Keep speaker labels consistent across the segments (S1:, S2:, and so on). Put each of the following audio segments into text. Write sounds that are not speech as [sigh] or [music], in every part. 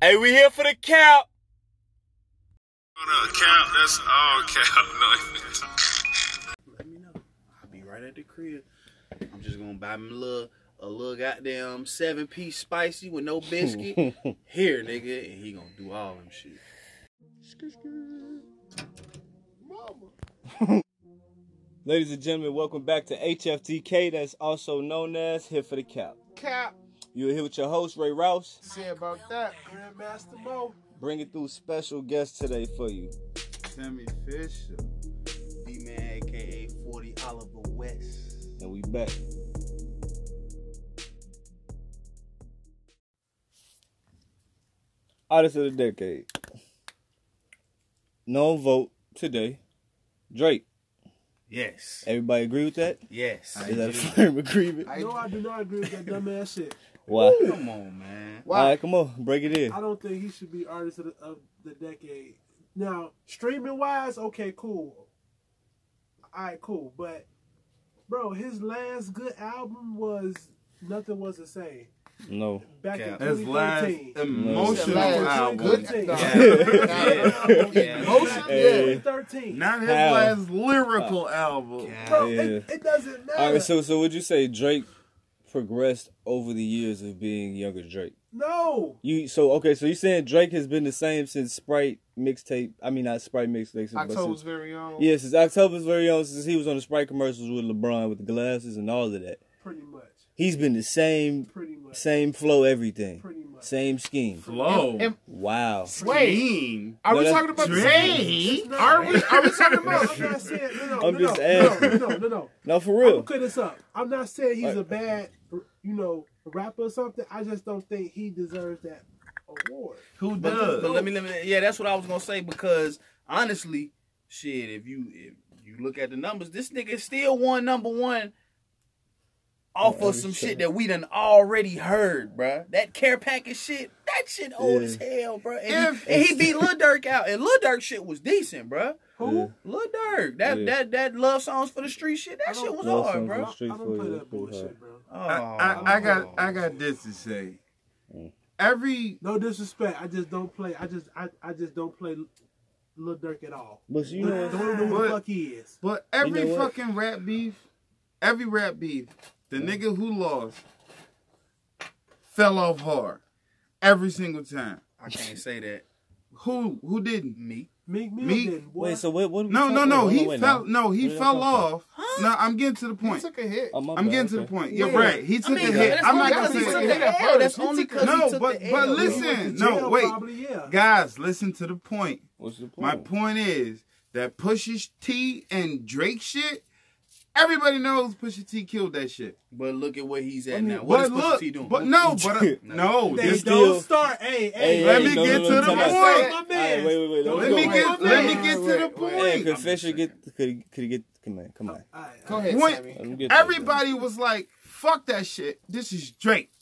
S1: Hey, we here for the count.
S2: On a cap, that's all cap. [laughs] No.
S3: Let me know. I'll be right at the crib. I'm just gonna buy me a little a little goddamn seven piece spicy with no biscuit. Here, nigga, and he gonna do all them shit.
S1: Ladies and gentlemen, welcome back to HFTK, that's also known as Here for the Count.
S4: Cap.
S1: You're here with your host, Ray Rouse,
S4: Say about that, Grandmaster Mo.
S1: bringing through special guests today for you.
S4: Timmy Fisher.
S3: B man, aka 40 Oliver West.
S1: And we back. Artist of the decade. No vote today. Drake.
S3: Yes.
S1: Everybody agree with that?
S3: Yes.
S1: Is that a firm agreement?
S4: I,
S5: No, I do not agree with that dumbass shit.
S1: Why?
S3: Come on, man.
S4: Why?
S1: All right, come on, break it in.
S5: I don't think he should be artist of the, of the decade. Now, streaming wise, okay, cool. All right, cool. But, bro, his last good album was Nothing Was the Same.
S1: No.
S5: Back
S3: Cap.
S5: in
S6: His last
S5: 2013.
S6: emotional
S4: Last
S6: album.
S4: good-
S5: Yeah.
S4: [laughs]
S3: Yeah. Yeah.
S4: Motion,
S1: Hey.
S4: yeah.
S5: 2013.
S6: Not his
S1: How?
S6: last lyrical album.
S3: Cap.
S5: Bro, it, it doesn't matter.
S1: All right, so so would you say Drake progressed over the years of being younger Drake?
S5: no.
S1: You so okay, so you saying Drake has been the same since Sprite mixtape? I mean, not Sprite mixtape, but
S4: October's
S1: since,
S4: very um, own.
S1: yeah, since October's very own, since he was on the Sprite commercials with LeBron with the glasses and all of that.
S5: Pretty much.
S1: He's been the same,
S5: Pretty much.
S1: same flow, everything,
S5: Pretty much.
S1: same scheme.
S6: Flow.
S4: And-
S1: Wow.
S4: Wait,
S6: Mean.
S4: are
S1: No,
S4: we
S1: that's
S4: talking about the
S6: Drake.
S4: same? Are we? Are we talking
S6: [laughs]
S5: No,
S4: about?
S5: [laughs] I'm not saying. No, no,
S1: I'm
S5: no,
S1: just
S5: no,
S1: asking.
S5: no, no, no, no.
S1: No, for
S5: I'm gonna
S1: real.
S5: clear this up. I'm not saying he's a bad, you know, rapper or something. I just don't think he deserves that award.
S6: Who
S3: But, but
S6: does?
S3: let me let me yeah, that's what I was gonna say because honestly, shit, if you if you look at the numbers, this nigga still won number one off
S1: Yeah,
S3: of some
S1: every
S3: shit that we done already heard, bruh. That care package shit, that shit old
S1: Yeah.
S3: as hell, bruh. And, he, and he beat Lil Durk out, and Lil Durk shit was decent, bruh.
S5: Who?
S1: Yeah.
S3: Lil Durk, that
S1: Yeah.
S3: that that love songs for the street shit, that shit was
S1: Love songs
S3: hard,
S1: for the
S3: bruh.
S1: street.
S5: I don't play
S1: Straightforward,
S5: that bullshit, bro.
S3: Oh,
S6: I, I, I
S4: oh.
S6: got I got this to say.
S1: Mm.
S6: Every
S5: No disrespect. I just don't play. I just I, I just don't play Lil Durk at all.
S1: But you know, what?
S5: Don't don't even know who the
S6: But-
S5: fuck he is.
S6: but every
S1: know what? Mm.
S6: fucking rap beef, every rap beef, the nigga who lost fell off hard. Every single time.
S3: I can't say that.
S6: Who who didn't?
S3: Me,
S5: Meek Mill
S6: Meek-
S5: didn't. boy.
S1: wait, so what? what are we
S6: No,
S1: talking
S6: no, no.
S1: about?
S6: He
S1: Hold on, wait,
S6: fell. No,
S1: Where
S6: he
S1: did that
S6: fell
S1: come from?
S6: off. No, I'm getting to the
S4: He
S6: point.
S4: took a hit.
S1: Oh, my
S6: I'm
S1: bad,
S6: getting to the
S1: okay.
S6: point. You're
S5: Yeah.
S6: right. He took a
S3: mean, but
S6: hit.
S3: that's
S6: I'm
S3: only
S6: not
S3: because
S6: gonna
S3: he took
S6: say
S3: the
S6: that.
S3: L. That's only because he
S6: No,
S3: took
S6: but-
S3: the
S6: but
S3: L.
S5: He went to
S6: listen,
S5: jail
S6: no, wait.
S5: Probably, yeah.
S6: Guys, listen to the point.
S1: What's the point?
S6: My point is that Pusha T and Drake shit. Everybody knows Pusha T killed that shit.
S3: But look at where he's at
S5: mean,
S3: now. What is
S6: but
S3: Pusha
S6: look,
S3: T doing?
S6: but
S3: [laughs]
S6: no, but uh, no.
S5: They
S6: this-
S1: still-
S5: don't start. Hey, hey.
S6: Let me
S1: no,
S6: get
S1: no,
S6: to
S1: no,
S6: the
S1: tell
S6: point.
S1: us.
S5: My
S1: All right,
S5: man.
S1: wait, wait, wait.
S5: Don't
S1: let's
S6: let
S1: go
S6: me
S1: back.
S6: get
S5: Wait,
S6: let me
S5: wait,
S6: get
S5: wait,
S6: to the
S5: wait, wait.
S1: Hey,
S6: point.
S1: could Fisher get? Could could he get? Come on, come on.
S5: All right, all right.
S4: Go ahead,
S6: Went-
S4: Sammy.
S1: Let me get that,
S6: Everybody was like, "Fuck that shit. This is Drake."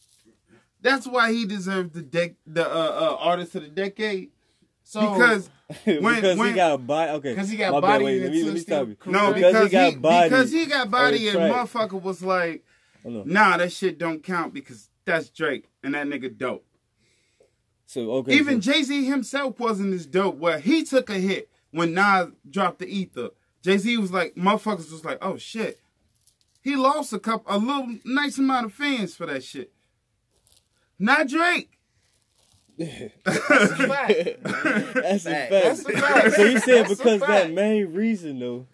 S6: That's why he deserved the dec- the uh, uh, artist of the decade
S4: So,
S6: because
S1: though. [laughs]
S6: when-
S1: because he
S6: when-
S1: got body. Okay,
S4: 'Cause he got
S1: My bad,
S4: bodied
S1: wait, let me-
S4: into
S1: let me
S4: still
S1: stop you.
S6: no
S4: Right.
S6: because, he got
S1: body.
S6: because he got body
S1: on
S6: and
S1: the track.
S6: motherfucker was like,
S1: Hold on.
S6: "Nah, that shit don't count because that's Drake and that nigga dope."
S1: So okay,
S6: Even [laughs]
S1: so,
S6: Jay Z himself wasn't as dope. Where he took a hit when Nas dropped the ether. Jay Z was like, motherfuckers was like, oh shit. He lost a couple, a little nice amount of fans for that shit.
S1: [laughs]
S6: Not Drake. [laughs]
S1: [laughs] that's a
S3: Fact.
S1: fact.
S4: That's a fact.
S1: [laughs] so you said
S4: That's a
S1: because that
S4: fact.
S1: main reason though,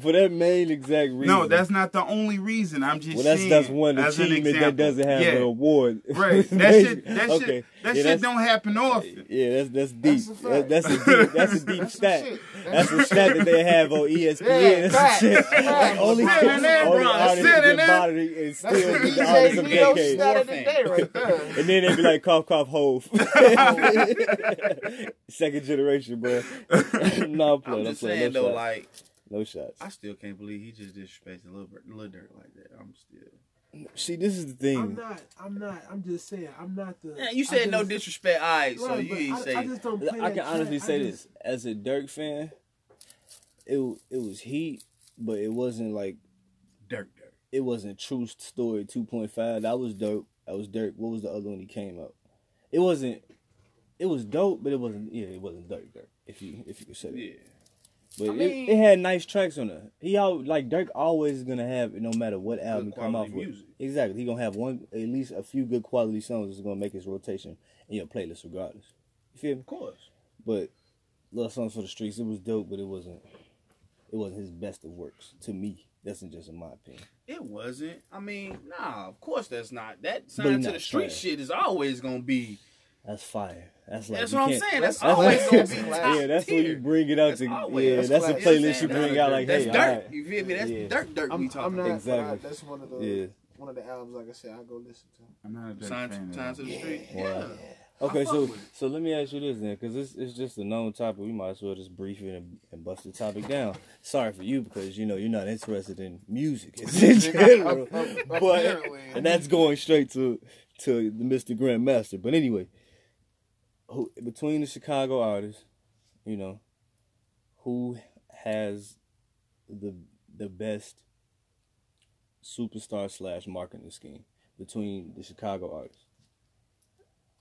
S1: for that main exact reason.
S6: No, that's not the only reason. I'm just
S1: well, that's
S6: saying.
S1: that's one
S6: as an
S1: achievement that
S6: example.
S1: doesn't have an
S6: yeah.
S1: award. [laughs]
S6: [laughs] Right. That shit. That
S1: okay.
S6: shit. That
S1: yeah,
S6: shit
S1: that's-
S6: don't happen often.
S1: Yeah, that's that's deep.
S4: That's a
S1: That-
S4: fact.
S1: That's a deep.
S4: [laughs]
S1: That's a deep
S4: That's the
S1: stat.
S4: shit.
S1: That's a stat that they have on E ESPN.
S4: [laughs] Yeah,
S1: that's
S4: facts,
S1: the shit.
S4: facts.
S1: Like, only
S6: Sit in there,
S1: only
S6: bro.
S1: artists
S6: Sit in
S1: get
S6: there.
S1: bodied and
S4: that's the
S1: still be the artists
S4: DJ
S1: of the
S4: Neo
S1: decade.
S4: stat of the day right
S1: [laughs]
S4: there.
S1: And then they be like, cough,
S4: [laughs]
S1: cough, hove. Second generation, bro.
S4: [laughs]
S1: no, I'm
S3: I'm
S1: playing. I'm
S3: just
S1: playing.
S3: saying
S1: No
S3: though,
S1: shots.
S3: like
S1: no shots.
S3: I still can't believe he just disrespected Lil, Bur- Lil Durk like that. I'm still.
S1: See, this is the
S5: I'm
S1: thing.
S5: not. I'm not. I'm just saying. I'm not the.
S3: Yeah, you
S5: I
S3: said no
S5: just-
S3: disrespect. All right, so
S5: Right,
S3: you
S5: but
S3: ain't
S5: I,
S3: say.
S5: I just don't play
S1: I
S5: that
S1: can honestly
S5: track. I
S1: say
S5: just-
S1: this as a Dirk fan. It it was heat, but it wasn't like
S3: Dirk Dirk.
S1: it wasn't True Story 2.5. That was Dirk. That was Dirk. What was the other one he came out? It wasn't it was dope, but it wasn't. Yeah, it wasn't Dirk Dirk. If you if you could say that.
S7: Yeah.
S1: But
S6: I
S1: it,
S6: mean-
S1: it had nice tracks on it. He all like Dirk always gonna have no matter what album he come
S7: quality
S1: off with.
S7: music.
S1: Exactly, he gonna have one at least a few good quality songs that's gonna make his rotation in your playlist regardless. You feel me?
S7: Of course.
S1: But Love Songs for the Streets, it was dope, but it wasn't. It wasn't his best of works to me. That's just in my opinion.
S3: It wasn't. I mean, nah, of course that's not. That
S1: he
S3: sign to
S1: not
S3: the street
S1: trash.
S3: shit is always gonna be.
S1: That's fire. That's like
S3: that's
S1: you
S3: what I'm
S1: can't-
S3: saying. That's,
S1: that's [laughs]
S3: always
S1: like-
S3: gonna [laughs] be
S6: Yeah,
S3: top
S1: yeah, that's when you
S3: tier.
S1: bring it out
S3: That's
S1: to.
S3: always-
S1: yeah,
S3: that's
S1: that's,
S3: classic.
S1: a playlist you
S3: That's
S1: bring out like,
S3: That's
S1: hey,
S3: dirt.
S1: all right.
S3: You feel me? That's
S1: Yeah.
S3: dirt, dirt. we
S6: I'm,
S3: talking
S6: I'm not.
S3: about.
S1: Exactly.
S6: I, that's one of the
S1: Yeah.
S6: one of the albums. Like I said, I go listen to.
S7: I'm not a big fan
S3: Sign, sign
S7: of that.
S3: to the street. Yeah.
S1: Okay,
S3: I fuck
S1: so
S3: with it.
S1: so let me ask you this then, because it's it's just a known topic. We might as well just brief it and, and bust the topic down. Sorry for you because you know you're not interested in music
S3: [laughs]
S1: in general, but
S6: Apparently.
S1: and that's going straight to to the Mr. Grandmaster. But anyway, who between the Chicago artists, you know, who has the the best superstar slash marketing scheme between the Chicago artists?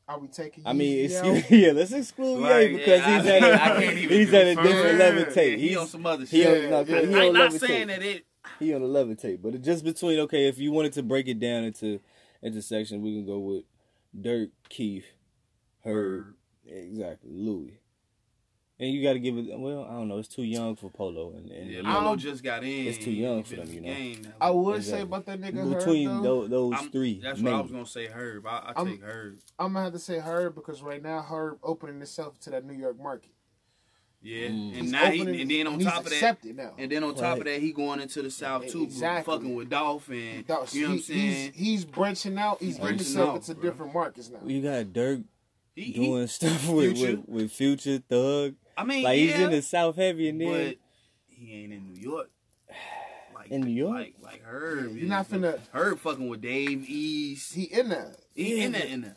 S6: Are we taking?
S1: I mean, [laughs]
S6: Yeezy
S1: excuse, yeah, let's exclude
S7: Like,
S1: Ye because
S3: yeah,
S1: he's
S3: I-
S1: at
S3: I
S1: a,
S3: can't even
S1: he's at a
S7: confirm.
S1: different
S7: Yeah,
S1: levitate.
S3: He
S1: He's
S3: on some other
S1: he
S3: shit.
S1: on, no,
S6: Yeah,
S1: he
S6: yeah.
S1: on
S3: I'm not
S1: levitate.
S3: saying that it.
S1: He on the levitate, but it just between okay, if you wanted to break it down into into section, we can go with Dirk, Keith, Herb, exactly, Louis, and you got to give it. Well, I don't know, it's too young for Polo, and, and
S3: Yeah,
S6: I
S3: Lolo
S6: don't-
S3: just got in.
S1: It's too young for
S3: Been
S1: them, you
S3: the
S1: know.
S3: game now.
S6: I would
S1: Exactly.
S6: say, but that nigga
S1: between
S6: Herb, though,
S1: tho- those
S3: I'm-
S1: three,
S3: That's
S1: maybe.
S3: what I was gonna say. Herb. I, I
S6: I'm-
S3: take Herb.
S6: I'm gonna have to say Herb because right now Herb opening himself to that New York market.
S1: Mm.
S3: Yeah.
S6: He's
S3: And now he,
S6: opening-
S3: and then on
S6: he's
S3: top of that,
S6: accepted now.
S3: and then on top of that, he going into the South too,
S6: Exactly.
S3: fucking with Dolphin.
S6: That was-
S3: you know what I'm
S6: he- he's-
S3: saying?
S6: He's, branching out. He's getting
S3: branching
S6: himself
S3: out,
S6: into
S3: bro.
S6: different markets now.
S1: you got Dirk
S3: He, he-
S1: doing stuff [laughs] with,
S3: Future.
S1: with with Future Thug,
S3: I mean,
S1: like
S3: yeah,
S1: he's in the South heavy, and then.
S3: but he ain't in New York. Like,
S1: In New York?
S3: like, like Herb.
S6: You're
S3: is.
S6: not finna.
S3: Herb fucking with Dave East.
S6: He in there.
S3: He
S1: Yeah,
S3: in there,
S1: but-
S3: in there.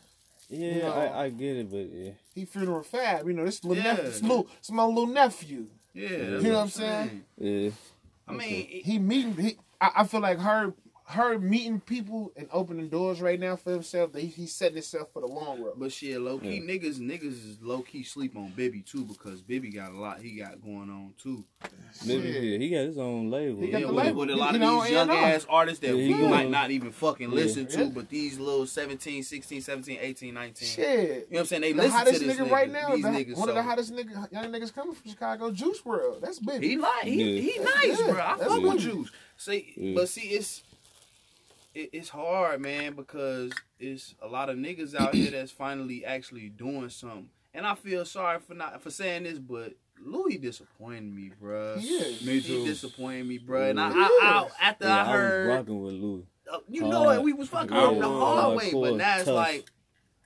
S1: Yeah,
S6: You know?
S1: I, I get it, but yeah.
S6: He funeral fab. You know this little
S3: Yeah.
S6: nephew. This little, it's my little nephew.
S3: Yeah,
S1: You
S3: that's
S6: know what I'm saying?
S1: yeah.
S3: I mean, it-
S6: He meeting. He, I, I feel like Herb. Herb meeting people and opening doors right now for himself. That he, he's setting himself for the long run.
S3: but shit, low key niggas, niggas is low key sleep on Bibby too because Bibby got a lot he got going on too.
S1: Maybe, yeah, he got his own label.
S6: He got
S3: Yeah,
S6: the
S3: with,
S6: label.
S3: with a lot
S6: You
S3: of
S6: know,
S3: these
S6: A&R.
S3: young ass artists that
S1: Yeah, he
S3: we
S1: got-
S3: might not even fucking listen to,
S6: Yeah.
S3: but these little 17, 16, 17, 18, 19.
S6: Shit.
S3: You know what I'm saying? They
S6: the
S3: listen
S6: hottest
S3: to this
S6: nigga
S3: nigga,
S6: right now,
S3: These
S6: the,
S3: niggas,
S6: one of
S3: so-
S6: the hottest nigga, young niggas coming from Chicago, Juice World. That's big.
S3: He like he,
S1: Yeah.
S3: he nice,
S6: Yeah,
S3: bro. I
S6: that's
S3: fuck
S6: good.
S3: with Juice. See,
S1: Yeah.
S3: but see, it's it, it's hard, man, because it's a lot of niggas out here that's finally actually doing something. And I feel sorry for not for saying this, but Louis disappointed me, bro.
S6: He is.
S7: Me
S3: He
S7: too.
S3: disappointed me, bro. And I,
S6: He
S3: I,
S6: is.
S3: I after
S1: yeah,
S3: I heard,
S1: was rocking with Lou.
S3: uh, you know it,
S1: hard.
S3: we was fucking
S7: Yeah,
S3: out in the
S7: hard,
S3: hardway,
S1: core,
S3: but now it's
S1: oh, tough,
S3: like,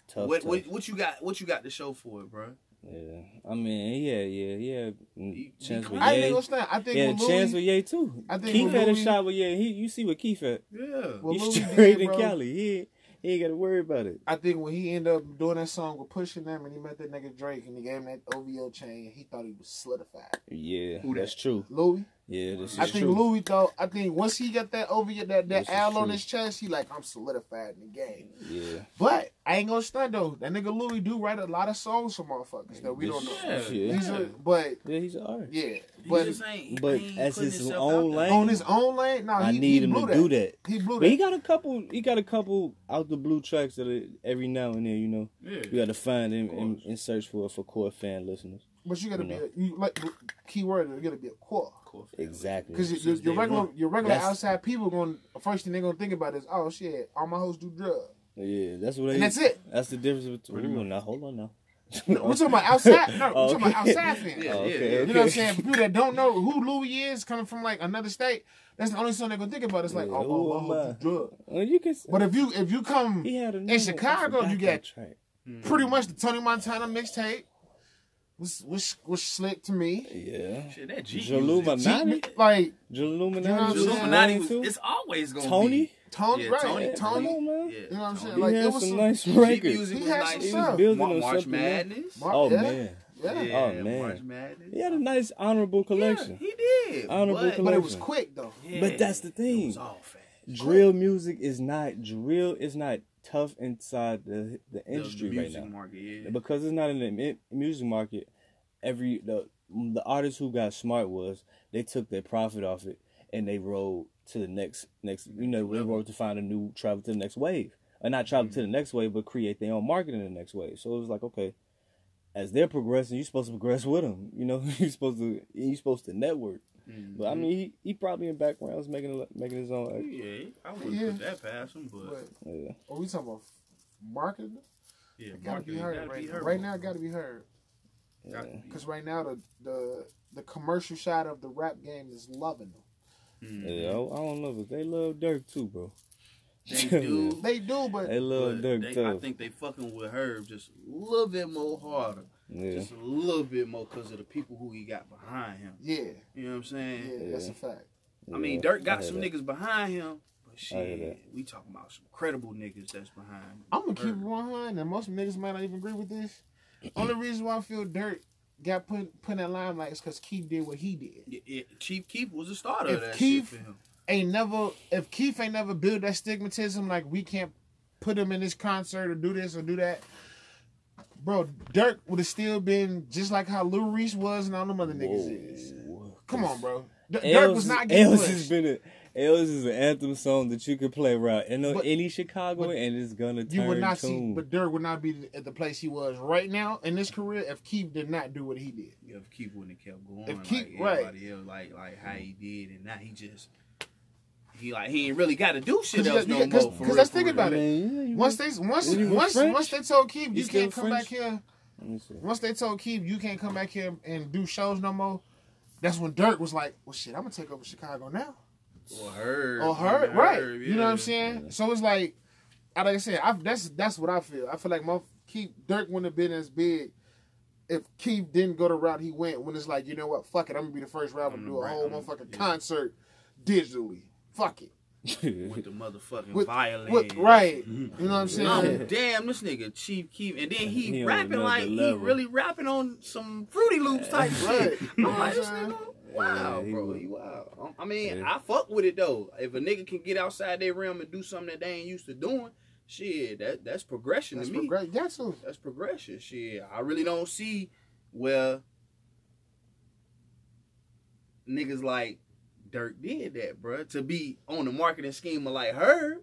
S1: Tough,
S3: what,
S1: tough.
S3: what what you got? What you got to show for it, bro?
S1: yeah. I mean, yeah, yeah, yeah. Mm,
S3: He- he
S1: Chance with
S3: clean.
S6: I ain't
S1: Ye.
S6: gonna stand. I think
S1: Yeah,
S6: with Louis,
S1: Chance with Ye too.
S6: I think
S1: Keith
S6: with
S1: had a
S6: Louis-
S1: shot with Ye. He, you see what Keith had.
S3: Yeah,
S1: [laughs]
S6: Well,
S1: He's
S6: Louis did,
S1: straight in
S6: bro.
S1: Cali. He ain't, he ain't got to worry about it.
S6: I think when he ended up doing that song with pushing them, and he met that nigga Drake, and he gave him that OVO chain, he thought he was solidified.
S1: Yeah,
S3: Who that?
S1: that's true.
S6: Louis,
S1: Yeah, this is
S6: I think
S1: true.
S6: Louis though. I think once he got that OVO, that
S1: This
S6: that
S1: is
S6: L on
S1: true.
S6: his chest, he like I'm solidified in the game.
S1: yeah,
S6: But I ain't gonna stunt though. That nigga Louis do write a lot of songs for motherfuckers that we
S1: This-
S6: don't know.
S3: yeah,
S1: Yeah.
S6: These are, but
S1: yeah, he's an artist.
S6: yeah,
S3: He
S6: but
S3: just ain't- he
S1: but
S3: ain't
S1: as
S3: putting
S1: his
S3: himself
S1: own
S3: out there.
S1: lane-
S6: on his own lane, nah,
S1: I
S6: he,
S1: need
S6: he
S1: him
S6: blew
S1: to
S6: that.
S1: do that.
S6: He blew
S1: But
S6: that.
S1: he got a couple. He got a couple out the blue tracks that are every now and then. You know,
S7: Yeah.
S1: you got to find him and, and search for for core fan listeners.
S6: but you gotta
S1: you know.
S6: be a, you like key word. You gotta be a core.
S1: Exactly.
S6: Because your,
S3: since
S6: your
S3: day
S6: regular
S3: one.
S6: your regular
S1: That's-
S6: outside people going to first thing they're gonna think about is oh shit all my hoes do drugs.
S1: yeah, that's what.
S6: And
S1: they-
S6: that's it.
S1: That's the difference between. Ooh, now hold on now.
S6: [laughs] No, we're talking about
S1: [laughs]
S6: outside. No,
S1: Oh,
S6: we're talking about
S1: okay.
S6: outside fans.
S3: Yeah,
S1: Oh,
S3: yeah,
S1: okay,
S3: yeah.
S6: You know what I'm saying? For people that don't know who Louis is, coming from like another state, that's the only song they're gonna think about. It's like
S1: Yeah,
S6: oh
S1: who
S6: my,
S1: am
S6: my hoes
S1: I?
S6: do drugs.
S1: Well, you can.
S6: But if you if you come
S1: he had a
S6: in Chicago, you got
S1: track.
S6: pretty much the Tony Montana mixtape, which which was slick to me.
S1: Yeah.
S3: Shit, that G
S6: G-
S1: Jaluminati.
S6: like
S1: Jaluminati.
S6: You know what I'm
S3: Illuminati
S6: Illuminati
S1: Jaluminati
S3: was,
S1: too.
S3: it's always gonna
S1: Tony.
S3: be.
S6: Tony,
S3: Yeah,
S6: right?
S3: Tony.
S6: Tony,
S1: Yeah, come on, man.
S3: Yeah.
S6: You know what I'm saying?
S1: He
S6: Like
S1: had
S6: it was
S1: some,
S6: some
S1: nice
S3: G
S1: records.
S3: music
S6: He
S3: was
S6: had
S3: nice.
S6: some stuff.
S3: Mar-
S1: Building on
S3: March
S1: something, man.
S3: Madness.
S6: Mar-
S1: Oh
S6: Yeah.
S1: man.
S6: Yeah.
S3: yeah,
S1: Oh, man.
S3: March Madness.
S1: He had a nice honorable collection.
S3: Yeah, he did.
S1: Honorable
S3: but,
S6: but it was
S1: Collection.
S6: quick though.
S3: yeah,
S1: But that's the
S3: It
S1: thing.
S3: was all fast.
S1: Drill music is not drill. It's not tough inside the the
S3: The- the
S1: industry right
S3: music
S1: now
S3: market, yeah.
S1: because it's not in the mu- music market. Every the the artists who got smart was they took their profit off it and they rolled to the next next you know they rolled to find a new travel to the next wave or not travel to the
S3: Mm-hmm.
S1: next wave but create their own market in the next wave. So it was like okay, as they're progressing, you're supposed to progress with them. You know [laughs] you're supposed to you're supposed to network. But
S3: Mm-hmm.
S1: I mean he, he probably in backgrounds making a- making his own. act.
S3: Yeah, I wouldn't
S6: Yeah.
S3: put that past him, but,
S6: But
S1: Yeah.
S6: are we talking about marketing?
S3: yeah,
S6: It gotta be
S3: marketing,
S6: heard
S3: gotta
S6: right
S3: be
S6: now.
S3: heard.
S6: Right now, it gotta be heard.
S3: Gotta be-
S6: Because right now, the, the the commercial side of the rap game is loving them.
S1: Yeah, I I don't know, but they love Dirk too, bro.
S3: Mm-hmm. They
S1: [laughs]
S3: do.
S6: They do, but
S1: They love
S3: But
S1: Dirk
S3: they, I
S1: too.
S3: think they fucking with Herb just a little bit more harder,
S1: Yeah.
S3: just a little bit more because of the people who he got behind him.
S6: yeah,
S3: You know what I'm
S6: yeah,
S3: saying?
S6: that's a fact.
S3: I mean, Dirk got some niggas behind him, but
S1: hear
S3: shit, we talking about some credible niggas that's behind.
S6: I'm gonna keep it
S3: Herb.
S6: 100, and most niggas might not even agree with this. Only reason why I feel Dirt got put put in that limelight is because Keith did what he did.
S3: Yeah, yeah, Chief Keef was a starter
S6: If
S3: of that
S6: Keef-
S3: shit for him.
S6: Ain't never if Keith ain't never built that stigmatism like we can't put him in this concert or do this or do that. Bro, Dirk would have still been just like how Lou Reese was and all them other niggas is. Come on, bro. D- Dirk was not getting
S1: Ellis
S6: pushed.
S1: has been a Ellis is an anthem song that you could play around in a-
S6: But-
S1: any Chicago
S6: but
S1: and it's gonna turn
S6: you would not see,
S1: tune.
S6: but Dirk would not be at the place he was right now in his career if Keith did not do what he did.
S3: Yeah, if Keith wouldn't have kept going,
S6: If
S3: like
S6: Keith- right.
S3: everybody else, like like how he did, and now he just he like he ain't really got to do shit
S6: Cause you
S3: else
S6: got-
S3: no
S6: you got-
S3: more.
S6: cause-
S3: for
S6: cause
S3: real,
S6: let's
S3: for
S6: think
S3: real.
S6: about it.
S1: Man, yeah, you
S6: Once
S1: right.
S6: they once
S1: When you were
S6: once
S1: French?
S6: once they told Keith
S1: You
S6: you can't
S1: still
S6: come back
S1: French?
S6: here.
S1: Let me see.
S6: [laughs] Once they told Keith you can't come back here and do shows no more. That's when Dirk was like, "Well, shit, I'm gonna take over Chicago now."
S3: Or her.
S6: Or her, right? You know what I'm
S3: yeah.
S6: saying? So it's like, I- like I said, I, that's that's what I feel. I feel like my Keith Dirk wouldn't have been as big if Keith didn't go the route he went. When it's like, you know what? Fuck it, I'm gonna be the first rapper to
S3: I'm
S6: do
S3: the
S6: a
S3: Mm, right-
S6: whole
S3: I'm-
S6: motherfucking
S3: yeah.
S6: concert digitally. Fuck it.
S1: [laughs]
S3: with the motherfucking
S6: With-
S3: violin.
S6: With, right? You know what I'm
S3: Oh,
S6: saying?
S3: damn, this nigga Chief Keef. And then he,
S1: He on
S3: rapping
S1: another
S3: like
S1: level.
S3: he really rapping on some Fruity Loops type shit.
S6: Right.
S3: I'm like, this
S6: Yeah.
S3: nigga, wow,
S1: Yeah, he
S3: bro.
S1: was-
S3: He wow. I mean, I fuck with it though. If a nigga can get outside their realm and do something that they ain't used to doing, shit, that that's
S6: [laughs]
S3: progression
S6: That's
S3: to me.
S6: progress. That's who.
S3: that's progression. Shit, I really don't see where niggas like Dirk did that, bruh. To be on the marketing schema like her,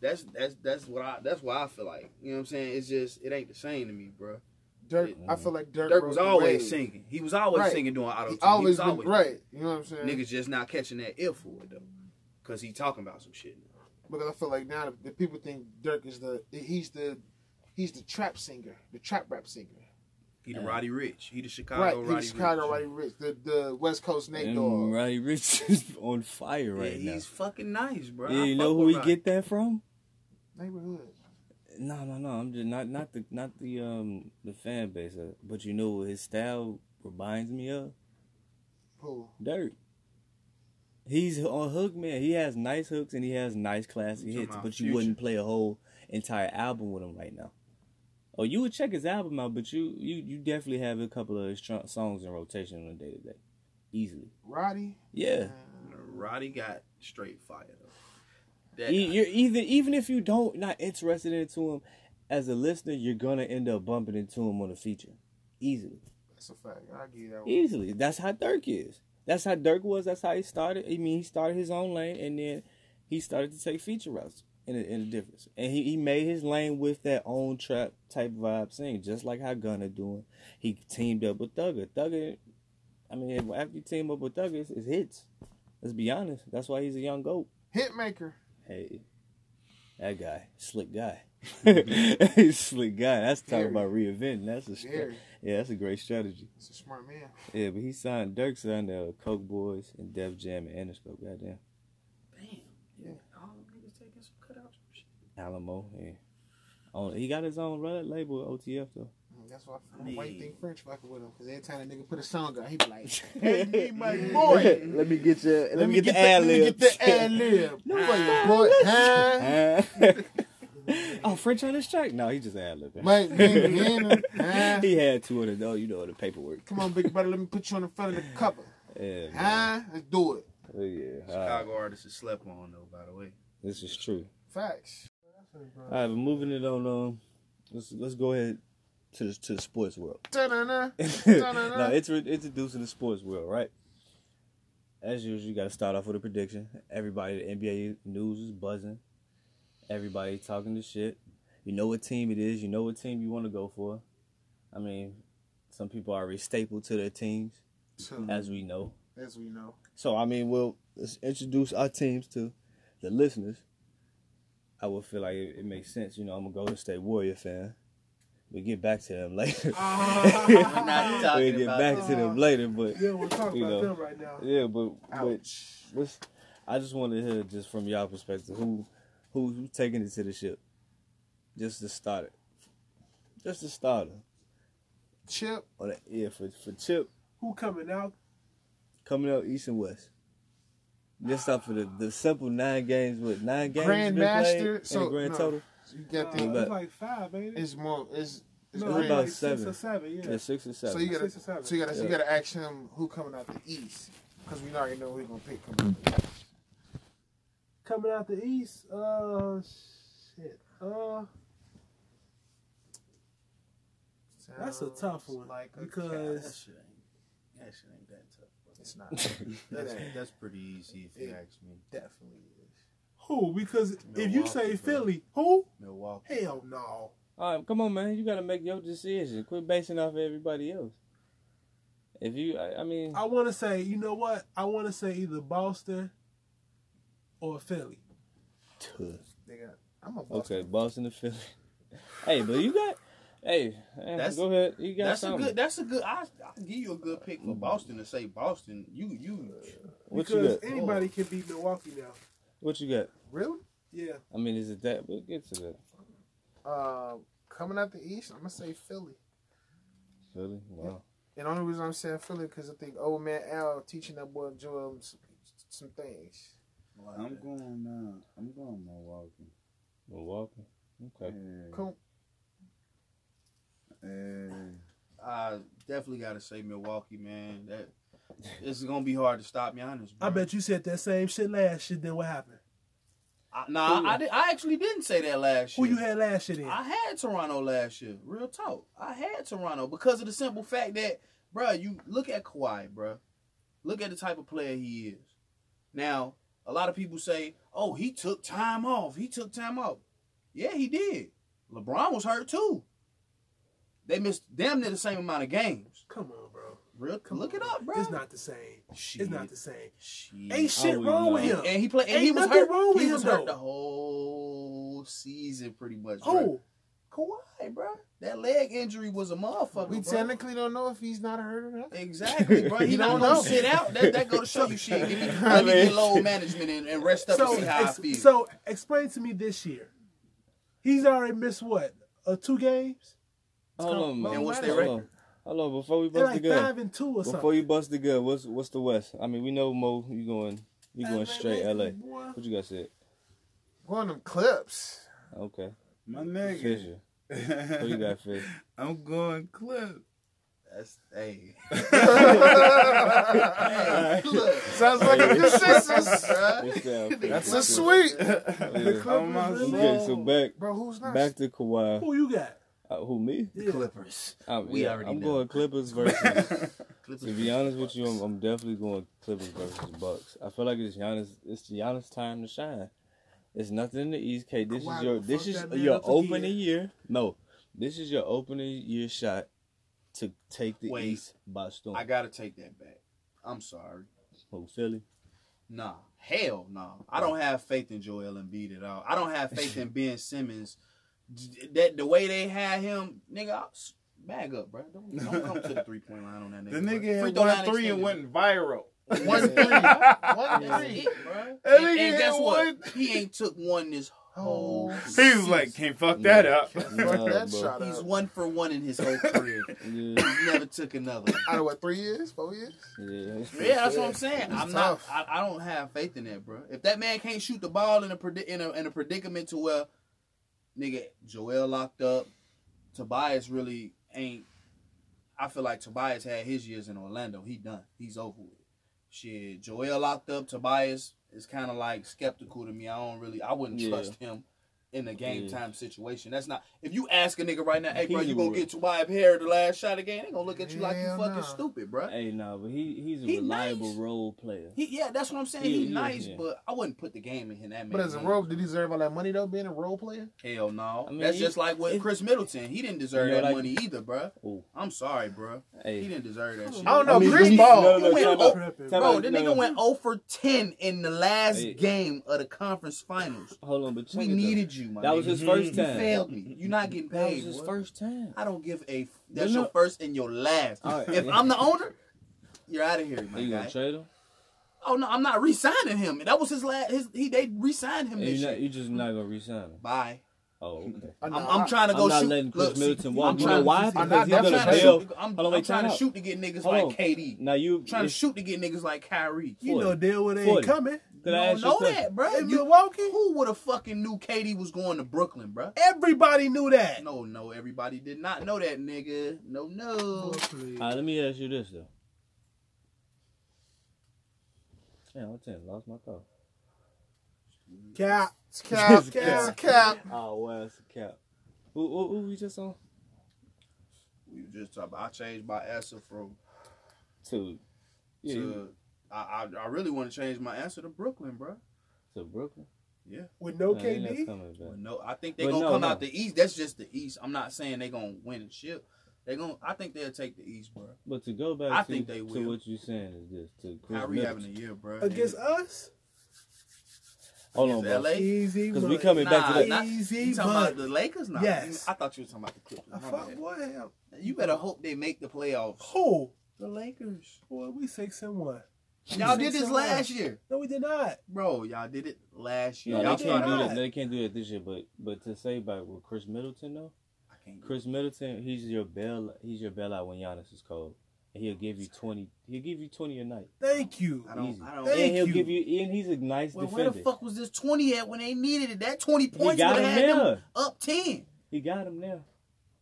S3: that's that's that's what I that's why I feel like. You know what I'm saying? It's just it ain't the same to me, bruh.
S6: Dirk. I feel like Dirk,
S3: Dirk
S6: broke
S3: was
S6: the
S3: always
S6: wave.
S3: singing. He was always
S6: Right.
S3: singing doing auto
S6: He
S3: tune.
S6: always
S3: he
S6: been
S3: was always
S6: right. You know what I'm saying?
S3: niggas just not catching that ill for it though, cause he talking about some shit. now.
S6: Because I feel like now the, the people think Dirk is the he's the he's the trap singer, the trap rap singer.
S3: He the Roddy Rich. He the Chicago
S6: right,
S3: Roddy
S6: he's Chicago
S3: Rich.
S6: Roddy Rich, the the West Coast Nate Dogg.
S1: And Roddy Rich [laughs] is on fire
S3: Yeah,
S1: right
S3: he's fucking nice, bro.
S1: now. Yeah, you know who he get that from?
S6: Neighborhood.
S1: No, no, no. I'm just not not the not the um the fan base, uh, but you know what his style reminds me of?
S6: Who?
S1: Dirt. He's on hook, man. He has nice hooks and he has nice classy
S3: You talking
S1: hits,
S3: about
S1: but you
S3: Future?
S1: wouldn't play a whole entire album with him right now. Oh, you would check his album out, but you you you definitely have a couple of his tr- songs in rotation on a day to day, easily.
S6: Roddy.
S1: Yeah,
S3: Roddy got straight fire. Though. That,
S1: E- you're either even if you don't not interested into him as a listener, you're gonna end up bumping into him on a feature, easily.
S6: That's a fact. I give that one.
S1: Easily. That's how Dirk is. That's how Dirk was. That's how he started. I mean, he started his own lane, and then he started to take feature routes in a, in a difference. And he, he made his lane with that own trap type vibe thing, just like how Gunna doing. He teamed up with Thugger. Thugger, I mean, after you team up with Thugger, it's, it's hits. Let's be honest. That's why he's a young goat.
S6: Hitmaker.
S1: Hey, that guy, slick guy. [laughs] slick guy. That's talking
S6: Very.
S1: about reinventing. That's a stra-
S6: Very.
S1: yeah, that's a great strategy.
S6: He's a smart man.
S1: Yeah, but he signed Dirk signed the Coke Boys and Def Jam and Interscope. Goddamn,
S3: Damn. All them niggas taking some cutouts from shit.
S1: Alamo. Yeah. Oh, he got his own red label OTF though.
S6: Mm, That's why I feel. Why you think French fucking with him? Because every time a nigga put a song out, he be like, [laughs] "Hey, me, my boy, let
S1: me
S6: me,
S1: get your. [laughs] Let,
S6: that- let me get the ad
S1: [laughs]
S6: lib, my boy, huh?
S1: ad lib. oh, French on the strike? No, he just ad libbing.
S6: My
S1: [laughs]
S6: nigga, huh?
S1: he had two of the though. You know the paperwork.
S6: Come Ah. on, big brother, let me put you on the front of the
S1: [laughs]
S6: cover,
S1: Yeah, man.
S6: huh? Let's do it."
S1: Oh, yeah. Uh,
S3: Chicago artists is slept on though, by the way.
S1: this is true.
S6: Facts.
S1: All right, but moving it on. Um, let's let's go ahead to the, to the sports world. [laughs]
S6: Da-da-da.
S1: now it's re- introducing the sports world, right? As usual, you got to start off with a prediction. Everybody, the NBA news is buzzing. Everybody talking the shit. You know what team it is. You know what team you want to go for. I mean, some people are already stapled to their teams, as we know.
S6: As we know.
S1: So I mean, we'll let's introduce our teams to the listeners. I would feel like it, it makes sense. You know, I'm a Golden State Warrior fan. We get back to them [laughs] later. [laughs]
S5: Ah.
S8: not
S1: we
S8: talking
S1: get
S8: about
S1: back
S8: that.
S1: to them later, but
S5: Yeah, we're talking
S1: You
S5: about
S1: know.
S5: them right now.
S1: yeah, but but
S6: Ouch.
S1: what's, I just want to hear just from y'all perspective who who who's taking it to the ship, just to start it, just to start it.
S6: Chip.
S1: On the- yeah, for for Chip
S5: Who coming out?
S1: coming out East and West. Just up for the, the simple nine games with nine games been
S6: Grandmaster,
S1: played in the
S6: so,
S1: grand
S6: no.
S1: total.
S6: You
S5: Uh,
S6: got the.
S5: it's like five, ain't it?
S6: It's more. It's. it's
S5: no,
S1: it's
S6: green.
S5: it's
S1: about
S5: like six
S1: seven.
S5: or seven. Yeah.
S1: Yeah, six or seven.
S6: So you gotta,
S5: Six or seven.
S6: so you gotta, you
S1: Yeah.
S6: gotta ask him who coming out the East, because we already know who he gonna pick. Coming out the East.
S5: Coming out the east. Uh, shit. Uh, That's a tough
S6: Sounds
S5: one,
S6: Like a
S5: because-
S6: cat.
S5: That
S8: shit ain't, that shit ain't that
S5: [laughs]
S8: tough.
S6: it's not That's-
S8: that's pretty easy if
S6: you
S8: ask me.
S6: definitely is.
S5: who? Because if you say
S8: Milwaukee, bro.
S5: Philly, who?
S8: Milwaukee.
S5: Hell no.
S1: All right, come on, man. You gotta make your decision. Quit basing off everybody else. If you, I, I mean,
S5: I want to say, you know what? I want to say either Boston or Philly.
S6: They got. I'm a Boston.
S1: okay, Boston and Philly. hey, but you got, hey, eh,
S3: That's-
S1: go ahead. You got
S3: That's a
S1: something.
S3: good. That's a good. I I give you a good pick for Boston to say Boston. You you.
S1: what you
S5: because
S1: got?
S5: anybody can beat Milwaukee now.
S1: What you got?
S6: Really?
S5: Yeah.
S1: I mean, is it that? We'll get to that.
S6: Uh, coming out the East, I'm gonna say Philly.
S1: Philly, wow.
S6: And the only reason I'm saying Philly because I think old man Al teaching that boy Joel some, some things.
S8: I'm going. Uh, I'm going Milwaukee.
S1: Milwaukee. Okay.
S6: Cool.
S3: I definitely got to say Milwaukee, man. That it's gonna be hard to stop me honest.
S5: I
S3: bro.
S5: bet you said that same shit last year. Then what happened?
S3: I, nah, I, did, I actually didn't say that last
S5: Who
S3: year.
S5: you had last year then?
S3: I had Toronto last year. Real talk. I had Toronto because of the simple fact that, bruh, you look at Kawhi, bruh. Look at the type of player he is. Now, a lot of people say, oh, he took time off. He took time off. Yeah, he did. LeBron was hurt too. They missed damn near the same amount of games.
S5: Come on, bro.
S3: Real,
S5: Come
S3: look
S5: on,
S3: it up, bro.
S5: It's not the same. It's not the same.
S3: Shit.
S5: Ain't shit
S1: Oh,
S5: wrong
S1: no.
S5: with him.
S3: And he played. And
S5: Ain't
S3: he was
S5: nothing
S3: hurt.
S5: wrong with
S3: he
S5: him,
S3: was hurt
S5: though. Oh,
S3: the whole season, pretty much. bruh.
S5: Who?
S3: Kawhi, bro. That leg injury was a motherfucker.
S6: We
S3: bruh.
S6: technically don't know if he's not hurt or not.
S3: Exactly, bro. He
S6: You
S3: not
S6: don't
S3: gonna
S6: know.
S3: sit out. That, that go to show you shit. Give me,
S1: I
S3: let me get
S1: mean-
S3: low management and, and rest up
S5: So,
S3: and see how I
S5: ex-
S3: feel.
S5: so explain to me this year. He's already missed what? Uh, two games?
S1: Hold on, man.
S3: And what's their
S1: Hold
S3: record?
S1: on. Hold on, before we
S5: They're
S1: bust
S5: like
S1: the gun.
S5: five and two or
S1: Before
S5: something.
S1: you bust the gun, what's what's the West? I mean, we know Mo. You going? You going straight LA?
S5: boy.
S1: What you got said?
S6: One of them clips.
S1: Okay.
S7: My nigga.
S1: Fisher. What you
S5: [laughs]
S1: got, Fisher?
S7: I'm going clip.
S3: That's hey.
S6: Sounds like a consensus.
S1: What's that?
S6: [laughs] That's a sweet.
S3: [laughs]
S7: Oh, my
S1: Okay, so back
S6: Bro, who's not?
S1: back to Kawhi.
S5: Who you got?
S1: Uh, who me?
S5: Yeah.
S8: Clippers.
S1: I'm,
S8: We
S1: yeah,
S8: already
S1: I'm
S8: know.
S1: going Clippers versus.
S3: Clippers
S1: to be honest with you, I'm, I'm definitely going Clippers versus Bucks. I feel like it's Giannis. It's Giannis' time to shine. It's nothing in the East. K, this
S5: Kawhi
S1: is your
S5: gonna
S1: this
S5: fuck
S1: is
S5: that man
S1: your
S5: up
S1: opening
S5: again.
S1: year. No, this is your opening year shot to take the
S3: Wait.
S1: East by storm.
S3: I gotta take that back. I'm sorry.
S1: Oh, Philly.
S3: Nah, hell no. I don't have faith in Joel Embiid at all. I don't have faith in Ben Simmons. D- That the way they had him, nigga, I'll s- bag up, bro. Don't, don't come to the three point line on that nigga.
S7: The
S3: bruh.
S7: nigga
S3: Free
S7: had
S3: throw
S7: one
S3: line
S7: three and
S3: extended.
S7: went viral.
S6: [laughs]
S3: one three.
S6: One
S3: That's
S6: three.
S3: it, bruh.
S7: That
S3: And,
S7: nigga
S3: and
S7: had
S3: guess what?
S7: one-
S3: [laughs] He ain't took one this whole.
S7: He was like, can't fuck
S1: [laughs]
S7: that up.
S1: No,
S6: that
S1: bro.
S6: shot
S3: He's
S6: up.
S3: one for one in his whole career.
S1: Yeah,
S3: He's never took another.
S6: Out of what, three years? Four years?
S1: yeah.
S3: Yeah, that's what I'm saying. I'm not.
S6: tough.
S3: I, I don't have faith in that, bro. If that man can't shoot the ball in a predi- in a, in a predicament to where, nigga, Joel locked up, Tobias really ain't. I feel like Tobias had his years in Orlando. He done. He's over with. Shit, Joel locked up. Tobias is kind of like skeptical to me. I don't really. I wouldn't
S1: Yeah.
S3: trust him. in a game
S1: Yeah.
S3: time situation. That's not. If you ask a nigga right now, hey, bro,
S1: He's
S3: you
S1: a
S3: gonna
S1: re-
S3: get Tobias Harris the last shot again? They gonna look at you like you
S6: Hell
S3: fucking
S6: nah.
S3: stupid, bro.
S1: Hey, no, but he he's a
S3: He
S1: reliable
S3: nice.
S1: role player.
S3: He, yeah, that's what I'm saying.
S1: Yeah,
S3: he
S1: yeah,
S3: nice,
S1: yeah.
S3: but I wouldn't put the game in him that
S6: But
S3: many
S6: as a
S3: games.
S6: role, did he deserve all that money though? Being a role player,
S3: Hell no.
S1: I mean,
S3: That's
S1: he-
S3: just like with
S1: it-
S3: Chris Middleton. He didn't deserve
S1: You know,
S3: that
S1: like-
S3: money either, bruh.
S1: Oh,
S3: I'm sorry, bruh. He
S1: hey,
S3: didn't deserve that shit.
S6: I don't know.
S1: I mean,
S6: Chris
S1: he-
S6: Paul,
S1: no, no,
S6: he
S1: no,
S6: went
S1: no,
S6: up.
S1: no.
S5: Tripping,
S1: Time
S3: oh, Bro,
S1: out,
S3: the
S1: no,
S3: nigga
S1: no.
S3: went 0 for 10 in the last
S1: Hey.
S3: game of the conference finals.
S1: Hold on, but check
S3: We
S1: it, though.
S3: needed you, my
S1: That was
S3: nigga.
S1: his first
S3: You
S1: time.
S3: failed me. You're not getting
S1: That
S3: paid.
S1: was his
S3: boy.
S1: first time.
S3: I don't give a. F- that's
S1: They're
S3: your
S1: not-
S3: first and your last.
S1: All right.
S3: If I'm the owner, you're out of here, my
S1: Are you
S3: guy.
S1: gonna trade him?
S3: oh no, I'm not re-signing him. That was his last. His he they re-signed him
S1: And
S3: this
S1: you
S3: year.
S1: not, you just not gonna resign him.
S3: Bye.
S1: Oh, okay.
S6: I
S3: I'm,
S6: know,
S3: I'm
S6: I-
S3: trying to go
S1: I'm not
S3: shoot.
S1: letting
S3: Look,
S1: Chris Middleton
S3: see,
S1: walk.
S3: I'm
S1: You
S3: trying,
S1: know why?
S6: I'm
S1: Because
S6: not-
S1: he's
S6: I'm
S3: I'm
S1: gonna
S3: trying to
S1: bail.
S3: shoot. I'm,
S1: Hold on,
S3: I'm
S1: wait, time
S3: trying to
S1: out.
S3: shoot to get niggas
S1: Hold
S3: like
S1: on.
S3: KD.
S1: Now you
S3: trying to shoot to get niggas like Kyrie.
S5: You
S1: Forty.
S5: know damn well they ain't
S1: Forty.
S5: coming.
S1: Could I
S3: I
S1: ask you
S3: don't
S1: a
S3: know
S1: question?
S3: that, bro.
S5: In Milwaukee?
S3: who would have fucking knew KD was going to Brooklyn, bro?
S5: Everybody knew that.
S3: No, no, everybody did not know that, nigga. No,
S5: Oh,
S3: no.
S5: please.
S1: All right, let me ask you this though. Damn, I just lost my thought.
S5: Cap.
S6: It's [laughs] cap,
S1: It's
S6: it's
S1: cap.
S6: cap.
S1: Oh, well, it's a cap. Who, who, who we just on?
S3: We were just talking. I changed my answer from
S1: To, yeah, you-
S3: to. I, I I really want to change my answer to Brooklyn, bro.
S1: to Brooklyn.
S5: With
S1: No,
S5: no
S1: they not
S5: KD?
S1: coming back.
S3: But no, I think they're
S1: But
S3: gonna
S1: no,
S3: come
S1: no.
S3: out the East. That's just the East. I'm not saying they're gonna win and ship. They're gonna. I think they'll take the East, bro.
S1: But to go back
S3: I
S1: to,
S3: think they
S1: to
S3: will.
S1: what you're saying is this to Chris
S3: Kyrie having a
S1: Middleton.
S3: year, bro.
S5: Against us?
S1: Hold on, bro.
S3: LA.
S5: Easy.
S1: Because we
S5: money.
S1: coming back to
S3: Nah,
S1: that.
S3: not-
S5: Easy
S3: You talking about
S5: money.
S3: the Lakers? Nah.
S5: Yes.
S3: I thought you were talking about the Clippers.
S5: I
S3: My
S5: fuck,
S3: bad.
S5: boy. hell.
S3: You better hope they make the playoffs.
S5: Who?
S3: The Lakers.
S5: Boy, we six and one.
S3: Y'all did
S5: Six
S3: this
S5: and
S3: last year.
S5: No, we did not.
S3: Bro, y'all did it last year.
S1: No,
S3: y'all
S1: they can't do
S5: cannot.
S1: that. They can't do that this year. But but to say about with Chris Middleton though,
S3: I can't do it.
S1: Chris Middleton, he's your bail. He's your bailout when Giannis is cold. And he'll give you twenty. He'll give you twenty a night.
S5: Thank you.
S3: I don't.
S1: Easy.
S3: I don't.
S5: Thank
S1: and he'll
S5: you.
S1: give you. And he's a nice
S3: well, where
S1: defender.
S3: the fuck was this twenty at when they needed it? That twenty
S1: he
S3: points would
S1: got
S3: have
S1: him
S3: had them
S1: there.
S3: up ten.
S1: He got him there.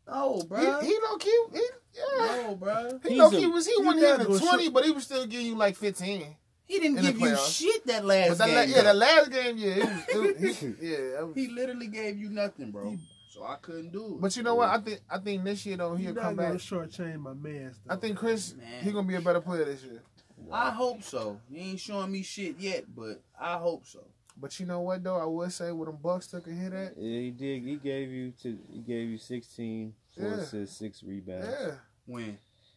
S3: Oh, bro.
S6: He, he low key, he, yeah.
S3: no, bro.
S6: He
S1: He's
S6: low key
S1: a-
S6: was he
S5: you
S6: one
S5: gotta
S6: hit
S5: go
S6: of twenty,
S5: shoot.
S6: but he was still giving you like fifteen.
S3: He didn't
S6: In the
S3: give you
S6: playoffs.
S3: shit that
S6: But
S3: last
S6: that la-
S3: game.
S6: yeah,
S3: though.
S6: that last game, yeah, it was, it
S7: [laughs]
S6: was- yeah. that was-
S3: he literally gave you nothing, bro. So I couldn't do it.
S6: But you know what? I think I think this year though
S5: You're
S6: he'll
S5: not
S6: come
S5: gonna
S6: back.
S5: shortchange my man's.
S6: I think Chris
S3: Man.
S6: he gonna be a better player this year.
S3: I hope so. He ain't showing me shit yet, but I hope so.
S6: But you know what though? I would say with them Bucks took a hit at.
S1: Yeah, he did. He gave you to. He gave you 16, four
S6: Yeah.
S1: assists, six rebounds. Yeah.
S6: Yeah,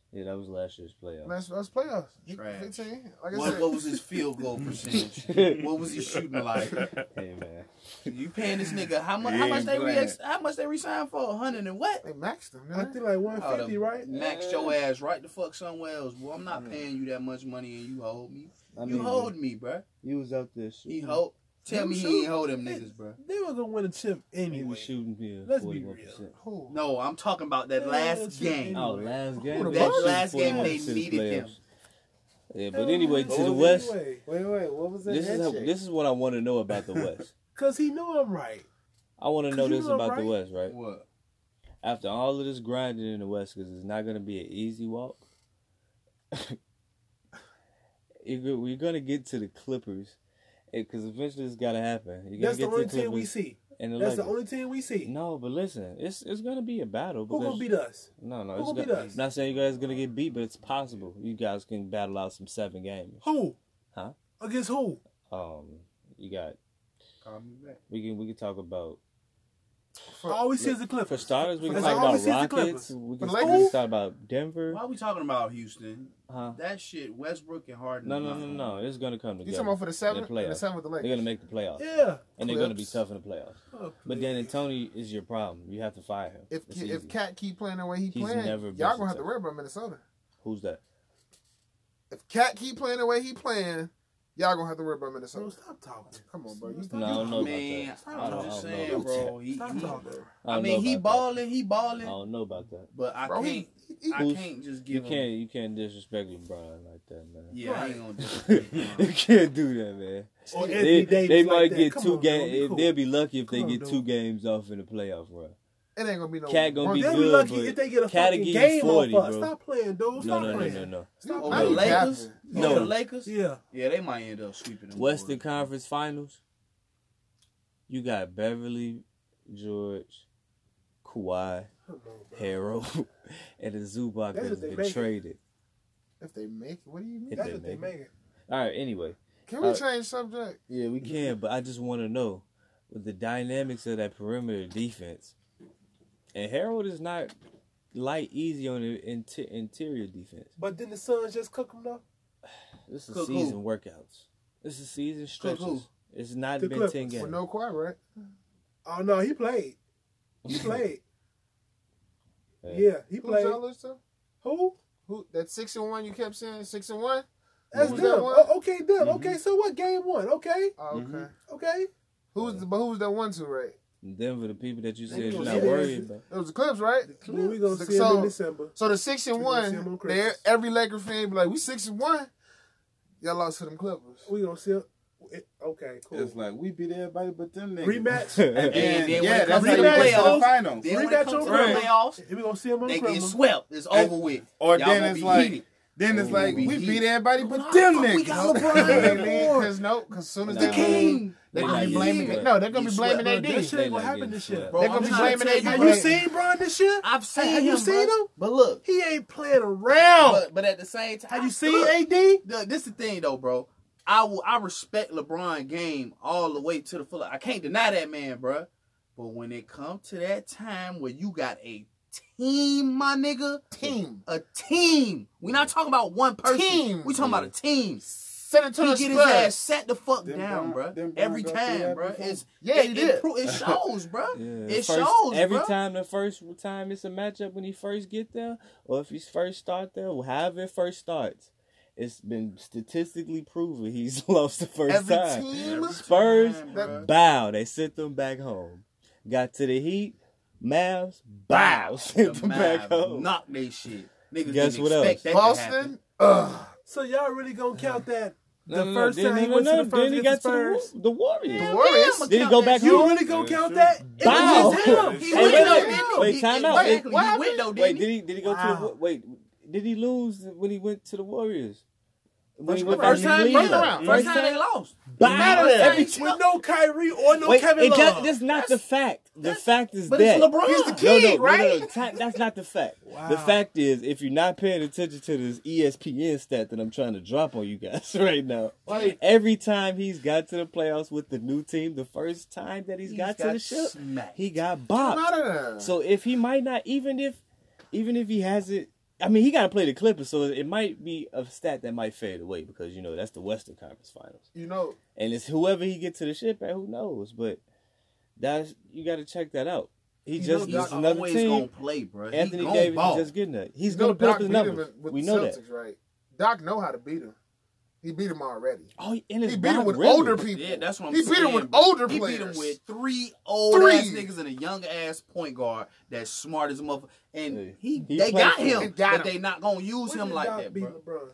S3: When
S1: that was last year's playoff.
S6: that's that's playoffs. He-
S3: Trash.
S6: Fifteen. Like I
S3: what,
S6: said,
S3: what was his field goal percentage? what was he shooting like?
S1: hey man,
S3: You paying this nigga how much?
S7: He
S3: How much
S7: ain't
S3: they re-
S7: playing.
S3: ex- How much they resigned for? A hundred and what?
S6: they maxed him.
S5: I
S6: Man.
S5: think like one
S3: Oh,
S5: fifty,
S3: the-
S5: right?
S3: Max your ass right the fuck somewhere else. Well, I'm not paying you that much money, and you hold me.
S1: I mean,
S3: you hold me, bruh.
S1: he was out there
S3: He
S1: shooting.
S3: hold. Tell
S5: You
S3: me
S5: shoot.
S3: he ain't hold them niggas, bruh.
S5: They were gonna win a chip
S1: He
S5: anyway.
S1: was shooting here
S5: Let's be
S1: forty-one
S5: real.
S1: percent.
S6: Who?
S3: No, I'm talking about that
S5: Yeah,
S3: last
S5: that's
S3: game.
S5: right.
S1: Oh, last game.
S6: the
S1: They
S6: Bucks?
S1: shoot
S3: Last game,
S1: 41%
S3: they
S1: of the
S3: needed
S1: playoffs.
S3: him.
S1: Yeah, but anyway, to
S5: Hell,
S1: the
S5: man.
S1: West.
S5: Anyway,
S8: Wait, wait, what was that?
S1: This is how,
S8: handshake?
S1: this is what I want to know about the
S5: [laughs]
S1: West.
S5: Cause he knew I'm right.
S1: I want to
S5: Cause
S1: know
S5: you
S1: this
S5: know,
S1: about the
S5: right?
S1: West, right?
S3: What?
S1: After all of this grinding in the West, because it's not going to be an easy walk. [laughs] you're, go- you're going to get to the Clippers, because eventually it's got to happen. You're going to
S5: That's the
S1: get to
S5: only
S1: the
S5: team we
S1: Clippers
S5: see.
S1: and the
S5: That's the
S1: Lakers.
S5: only team we see.
S1: No, but listen, it's it's going to be a battle.
S5: Who
S1: Because,
S5: gonna beat us?
S1: No, no,
S5: who
S1: it's
S5: gonna
S1: gonna-
S5: beat us?
S1: I'm not saying you guys going to get beat, but it's possible. You guys can battle out some seven games.
S5: Who?
S1: Huh?
S5: Against who?
S1: Um, you got
S3: Call me back.
S1: we can we can talk about
S5: All we see is the
S1: For
S5: Clippers.
S1: starters, we can
S5: As
S1: talk
S5: long
S1: about
S5: as it's the
S1: Rockets.
S5: Clippers.
S1: We can,
S6: For
S1: we can
S6: Lakers?
S1: talk about Denver.
S3: Why are we talking about Houston?
S1: Huh?
S3: That shit, Westbrook and Harden.
S1: No, no, no, no. It's going to come
S6: You
S1: together.
S6: talking about for the
S1: in
S6: seven?
S1: the playoffs.
S6: The seven with the
S1: They're
S6: Lakers.
S1: going to make the playoffs.
S5: Yeah.
S1: And they're going to be
S6: Clips.
S1: tough in the playoffs.
S5: Oh,
S1: But then Tony is your problem. You have to fire him.
S6: If
S1: It's
S6: if
S1: easy.
S6: Cat keep playing the way he
S1: He's
S6: playing,
S1: never
S6: y'all gonna have to
S1: versatile.
S6: worry about Minnesota.
S1: Who's that?
S6: If Cat keep playing the way he playing, y'all gonna have to worry about
S5: Bro,
S6: Minnesota.
S5: stop talking.
S6: Come on, bro. You
S1: No, I don't know
S3: Man,
S1: about that. I
S3: I'm
S1: don't,
S3: just
S1: I don't
S3: saying,
S1: know about
S3: bro. He,
S5: Stop
S3: he-
S5: talking.
S1: that. I,
S3: I
S1: don't
S3: mean,
S1: know
S3: he
S1: about that.
S3: balling, he
S1: I
S3: balling,
S1: don't know about that.
S3: but I
S6: Bro,
S3: can't,
S6: he- he-
S3: I
S1: Who's-
S3: can't just
S1: You
S3: give him.
S1: can't, you can't disrespect LeBron like that, man.
S3: Yeah, I ain't gonna
S1: you [laughs]
S3: disrespect.
S1: can't do that, man.
S5: Or
S1: They,
S5: Anthony
S1: they
S5: Davis like
S1: might
S5: that.
S1: get
S5: Come
S1: two
S5: on,
S1: games.
S5: dog, be cool.
S1: They'll be lucky if they
S5: Come on,
S1: get
S5: dog.
S1: two games off in the playoff run.
S6: It ain't gonna be no.
S1: Cat gonna be
S5: They'll be
S1: good,
S5: lucky
S1: but
S5: if they get a
S1: Cat
S5: fucking
S1: give you
S5: game
S1: 40,
S5: off us.
S1: bro.
S5: Stop playing, dude.
S1: No,
S5: Stop
S1: no, no,
S5: playing.
S1: no, no.
S6: Stop
S3: Over the
S6: playing.
S3: Lakers,
S1: No.
S3: over the Lakers.
S5: Yeah.
S3: Yeah, they might end up sweeping them.
S1: Western
S3: boys.
S1: Conference Finals. You got Beverly George, Kawhi,
S5: Come on, bro.
S1: Harold, [laughs] and the Zubac
S5: That's
S1: that
S5: if
S1: has
S5: they
S1: been
S5: make it.
S1: traded.
S6: If they make it, what do you mean?
S1: If
S5: That's
S1: they
S5: what they
S1: make it.
S5: making.
S1: All right. Anyway,
S6: Can we
S1: Uh,
S6: change subject?
S1: yeah, we can, but I just want to know with the dynamics of that perimeter defense. And Harold is not light easy on the inter- interior defense.
S5: But then the Suns just cook them though.
S1: This is
S3: Cook who?
S1: season workouts. This is season
S3: Cook who?
S1: stretches. It's not
S5: The
S1: been
S5: Clippers.
S1: ten games. [laughs]
S6: With no Kawhi, right?
S5: Oh no, he played.
S1: [laughs]
S5: He played.
S1: Yeah.
S5: yeah, he
S6: Who's
S5: played.
S6: y'all listen to?
S5: Who?
S6: Who that six and one you kept saying six and one?
S5: That's
S6: Who's
S5: them.
S6: that one?
S5: Oh, okay, them.
S1: Mm-hmm.
S5: Okay, so what? Game one. Okay,
S6: Oh,
S3: Mm-hmm.
S6: okay.
S5: okay.
S6: Who was the, but who was that one to right?
S1: Denver, the people that you said you're
S5: gonna
S1: not
S5: see
S1: worried
S5: that.
S1: about.
S6: It was the Clips, right?
S5: Well, we gonna see him in
S6: so,
S5: December.
S6: so the six and
S5: We gonna see 'em
S6: one,
S5: on
S6: they,
S5: Christmas.
S6: every Laker fan be like, "We six and one." Y'all lost to them Clippers.
S5: We gonna see him. it- Okay, cool.
S8: It's like we beat everybody but them niggas.
S1: [laughs]
S5: Rematch.
S8: And,
S3: And then when
S8: yeah,
S3: it
S8: that's
S3: comes
S8: how
S5: to
S8: you
S5: the
S8: get to the
S5: playoffs,
S8: finals.
S3: Then when it
S5: Rematch
S3: comes to
S5: over.
S3: the playoffs,
S5: we gonna see him on
S3: they
S5: the
S3: get
S5: Christmas.
S3: swept. It's
S8: And-
S3: over with.
S7: Or
S3: Y'all
S7: then
S3: gonna
S7: it's
S3: be
S7: like,
S3: heated.
S7: then it's like
S3: we
S7: we
S3: heat.
S7: beat everybody but
S3: Nah,
S7: them
S3: fuck, we
S7: niggas.
S3: got [laughs] LeBron in there.
S6: Because no, because soon as
S1: Nah.
S6: they lose,
S3: King.
S6: they're
S1: Nah,
S6: gonna be
S1: you
S6: blaming.
S1: sweat.
S6: No, they're gonna be
S3: You
S6: blaming
S3: sweat,
S6: their
S5: That
S6: D.
S5: shit ain't gonna happen this year.
S3: Bro,
S6: They're gonna
S3: I'm
S6: be
S3: trying to
S6: blaming
S3: tell
S6: they
S5: Have
S6: Bro.
S5: you
S6: Right.
S5: seen Bron this year?
S3: I've seen
S5: Have you
S3: him,
S5: seen
S3: bruh.
S5: him?
S3: But look,
S5: He ain't playing around.
S3: but, but at the same time,
S5: Have you seen
S3: Look,
S5: AD?
S3: look, this the thing though, bro. I will, I respect LeBron game all the way to the full. I can't deny that man, bruh. But when it comes to that time where you got a team, my nigga,
S6: Team.
S3: a team. We're not talking about one person.
S6: Team.
S3: We talking about a team.
S6: San
S3: He
S6: Antonio
S3: get his ass
S6: Spurs.
S3: set the fuck
S8: Them
S3: down,
S8: Brown-
S3: bruh.
S8: them Brown
S3: Every
S8: go through
S3: time,
S8: that
S3: bruh.
S8: before.
S3: It's
S6: Yeah,
S3: it,
S6: he
S3: it
S6: did. [laughs]
S3: pro- it shows, bruh.
S1: Yeah,
S3: it
S1: first-
S3: shows,
S1: every
S3: bruh.
S1: time the first time it's a matchup when he first get there, or if he's first start there, or however it first starts, it's been statistically proven he's [laughs] lost the first
S6: Every
S1: time.
S6: team.
S1: Spurs
S3: Time,
S6: that-
S3: bruh.
S1: bow, they sent them back home. Got to the Heat, Mavs bow, [laughs] sent
S3: the
S1: them back
S3: Mavs
S1: home.
S3: knock they shit. Niggas
S1: Guess
S3: didn't
S1: what
S3: expect
S1: else?
S3: That to happen.
S6: Boston. Ugh.
S5: So y'all really gonna count that
S1: No,
S5: the
S1: no, no,
S5: first
S1: then-
S5: time he
S1: no,
S5: went
S1: no,
S5: to the
S1: no,
S5: first
S1: then he
S5: against
S1: got
S5: the
S1: to the,
S5: Spurs?
S1: Wa- the Warriors.
S3: Yeah,
S6: Warriors.
S3: I'ma
S1: Did he
S3: count
S1: go
S3: that
S1: back
S3: shit.
S5: You
S1: home?
S5: really gonna
S8: Yeah,
S5: count
S8: sure.
S5: that? It was
S1: Bow.
S5: just him.
S1: Hey,
S3: He
S1: wait, wait,
S3: went though,
S1: wait,
S3: didn't he?
S1: wait,
S3: He-
S1: time out.
S3: Exactly.
S6: Wait,
S3: he
S6: what
S3: went though,
S1: Wait,
S3: didn't
S1: did
S3: he?
S1: he did he go to the,
S5: Wow.
S1: Wa- wait? Did he lose when he went to the Warriors? When he went
S3: First
S1: to
S3: time,
S1: Cleveland?
S3: first round. First
S1: First
S3: time they
S1: time?
S3: lost.
S1: Bow.
S6: Matter
S1: Every
S6: Hey,
S5: With no Kyrie or no
S1: Wait,
S5: Kevin
S1: it
S5: Love.
S1: does, that's not the fact. The fact is
S3: But
S1: that
S3: it's LeBron.
S6: He's the
S1: No, no,
S6: king,
S1: no, no,
S6: right?
S1: no, ti- that's not the fact. The
S5: Wow.
S1: fact is, if you're not paying attention to this E ESPN stat that I'm trying to drop on you guys [laughs] right now, every time he's got to the playoffs with the new team, the first time that he's got, to the ship,
S3: smacked.
S1: he got
S6: Get 'em
S1: bopped.
S6: out of there.
S1: So if he might not, even if, even if he has it, I mean, he got to play the Clippers, so it might be a stat that might fade away because you know that's the Western Conference Finals
S6: you know,
S1: and it's whoever he get to the ship at, who knows? But that's you got to check that out. He
S6: You
S1: just
S6: know
S1: it's
S3: He's
S1: another
S3: always gonna
S1: team.
S3: play, bro.
S1: Anthony
S3: he gonna
S1: Davis
S3: ball.
S1: is just getting that. He's
S6: you
S1: gonna
S6: know
S1: put up
S6: Doc
S1: his
S6: beat him
S1: numbers.
S6: with, with
S1: We
S6: the
S1: know
S6: Celtics,
S1: that.
S6: right? Doc know how to beat him. He beat him already.
S1: Oh, and it's
S6: He beat him
S1: Doc
S6: with
S1: Rivers.
S6: older people.
S3: Yeah, that's what I'm
S6: he
S3: saying.
S6: beat him with
S3: bro.
S6: older
S3: he
S6: players.
S3: beat him with three old
S6: Three.
S3: ass niggas and a young ass point guard that's smart as a motherfucker. And
S1: Hey,
S3: he,
S1: he
S3: they
S1: played
S3: got
S1: for-
S3: him,
S6: They got
S3: but
S6: him.
S3: they not gonna use
S5: When
S3: him
S5: did
S3: like
S5: Doc
S3: that,
S5: beat
S3: bro.
S5: LeBron?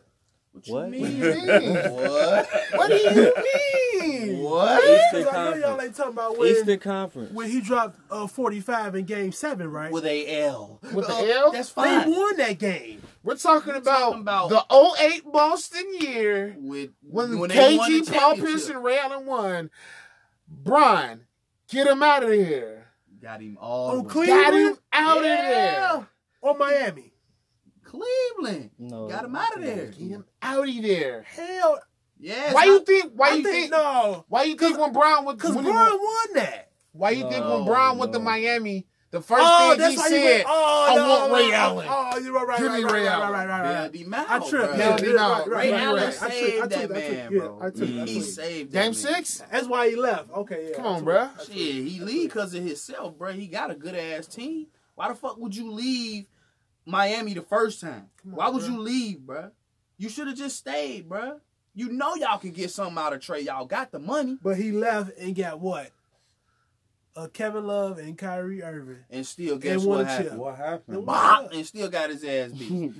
S1: What?
S6: What do you mean?
S3: What?
S6: what
S1: [laughs]
S6: do you mean?
S3: what?
S1: Eastern
S5: 'Cause I know y'all
S1: Conference.
S5: ain't talking about when,
S1: Eastern Conference.
S5: when he dropped uh, 45 in game seven, right?
S3: With a L.
S6: With a
S3: Uh,
S6: L?
S3: That's
S5: they
S3: fine.
S5: won that game.
S6: We're talking
S3: talking
S6: about,
S3: about-
S6: the 08 Boston year
S3: With
S6: when,
S3: they won the
S6: KG, Paul
S3: championship.
S6: Pierce, and Ray Allen won. Brian, get him out of here.
S3: got him all.
S5: On
S3: the way.
S6: Got
S5: Cleveland?
S6: him out
S5: Yeah.
S6: of there.
S5: Or Miami.
S3: Cleveland.
S1: No,
S3: Got him out of there.
S6: Get
S1: [laughs]
S6: him out of there.
S5: Hell,
S3: Yes.
S6: Why
S3: I-
S6: you think? Why
S5: I
S6: you think?
S5: no.
S6: Why you think when Brown went?
S5: Because
S6: when
S5: Bron
S6: he went-
S5: won that.
S6: Why you think when
S3: No,
S6: Brown went to
S1: no.
S6: Miami, the first
S5: Oh,
S6: thing
S5: that's
S6: he
S5: why you went.
S6: said,
S5: Oh,
S6: I
S5: no,
S6: want Ray
S5: oh,
S6: Allen.
S5: Oh, you're right, right,
S6: Give
S5: right,
S6: me
S5: right,
S6: Ray
S5: right,
S6: Allen.
S5: right, right, right,
S3: Bell
S5: right.
S3: D. Mouth,
S5: I tripped.
S3: bruh.
S6: Bell
S5: Yeah,
S6: D.
S5: yeah,
S6: Mouth.
S5: right,
S3: Ray
S5: right,
S3: Allen
S5: right. I
S3: saved
S5: took- I
S3: that
S5: took- I took-
S3: man,
S5: yeah,
S3: bro.
S5: I took- I
S3: he
S5: took-
S3: saved that
S6: Game
S3: man.
S6: six?
S5: That's why he left. Okay, yeah.
S6: Come on,
S5: that's
S6: bruh.
S5: what- that's
S3: Shit, he leave because of himself, bruh. He got a good ass team. Why the fuck would you leave Miami the first time? Why would you leave, bruh? You should have just stayed, bruh. You know y'all can get something out of Trey. Y'all got the money
S5: But he left and got what? Uh, Kevin Love and Kyrie Irving.
S3: and still guess
S5: won
S3: what
S5: a chip.
S3: happened?
S8: What happened?
S3: Bop, and still got his ass
S6: [laughs]
S3: beat.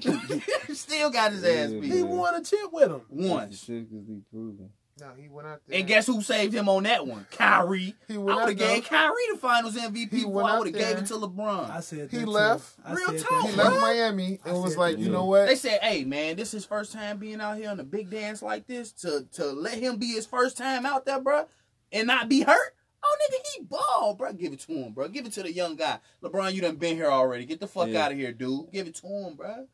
S3: [laughs] still got his ass
S1: Yeah,
S5: He
S1: man.
S3: beat
S5: won a chip with him.
S3: once.
S1: Statistically proven.
S6: No, he went out there.
S3: And guess who saved him on that one? Kyrie.
S6: He
S3: I
S6: went
S3: would
S6: out
S3: have
S6: there.
S3: gave Kyrie the Finals MVP
S6: He
S3: before
S6: went
S3: I
S6: out
S3: would have gave
S6: there.
S3: it to LeBron.
S5: I said
S6: He
S5: that, too.
S6: left.
S5: I
S3: Real
S5: said that,
S3: talk,
S6: he
S5: too.
S6: left Miami and
S5: I
S6: was
S5: said
S6: like,
S5: that.
S6: you know
S3: They
S6: what?
S3: said, "Hey man, this his first time being out here on a big dance like this. To to let him be his first time out there, bruh, and not be hurt. Oh, nigga, he ball, bro. Give it to him, bro. Give it to the young guy. LeBron, you done been here already. Get the fuck
S1: Yeah.
S3: out of here, dude. Give it to him, bro.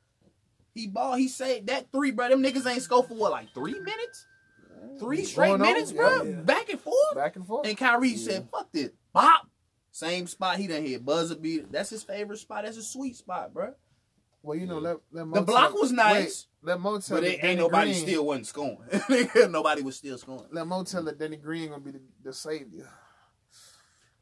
S3: He ball. He saved that three, bro. Them niggas ain't scored for what, like three minutes? Three straight
S6: Going on,
S3: minutes, bro.
S5: yeah.
S3: Back and forth.
S6: Back and forth.
S3: And Kyrie said, "Fuck this, bop." Same spot he done hit buzzer beater. That's his favorite spot. That's a sweet spot, bro.
S6: Well, you know, let, let Mo
S3: The block
S6: tell-
S3: was nice,
S6: Wait, let Mo tell
S3: but
S6: it,
S3: it,
S6: Danny
S3: ain't nobody
S6: Green,
S3: still wasn't scoring. [laughs] nobody was still scoring.
S6: Let Mo tell it, Danny Green gonna be the, the savior.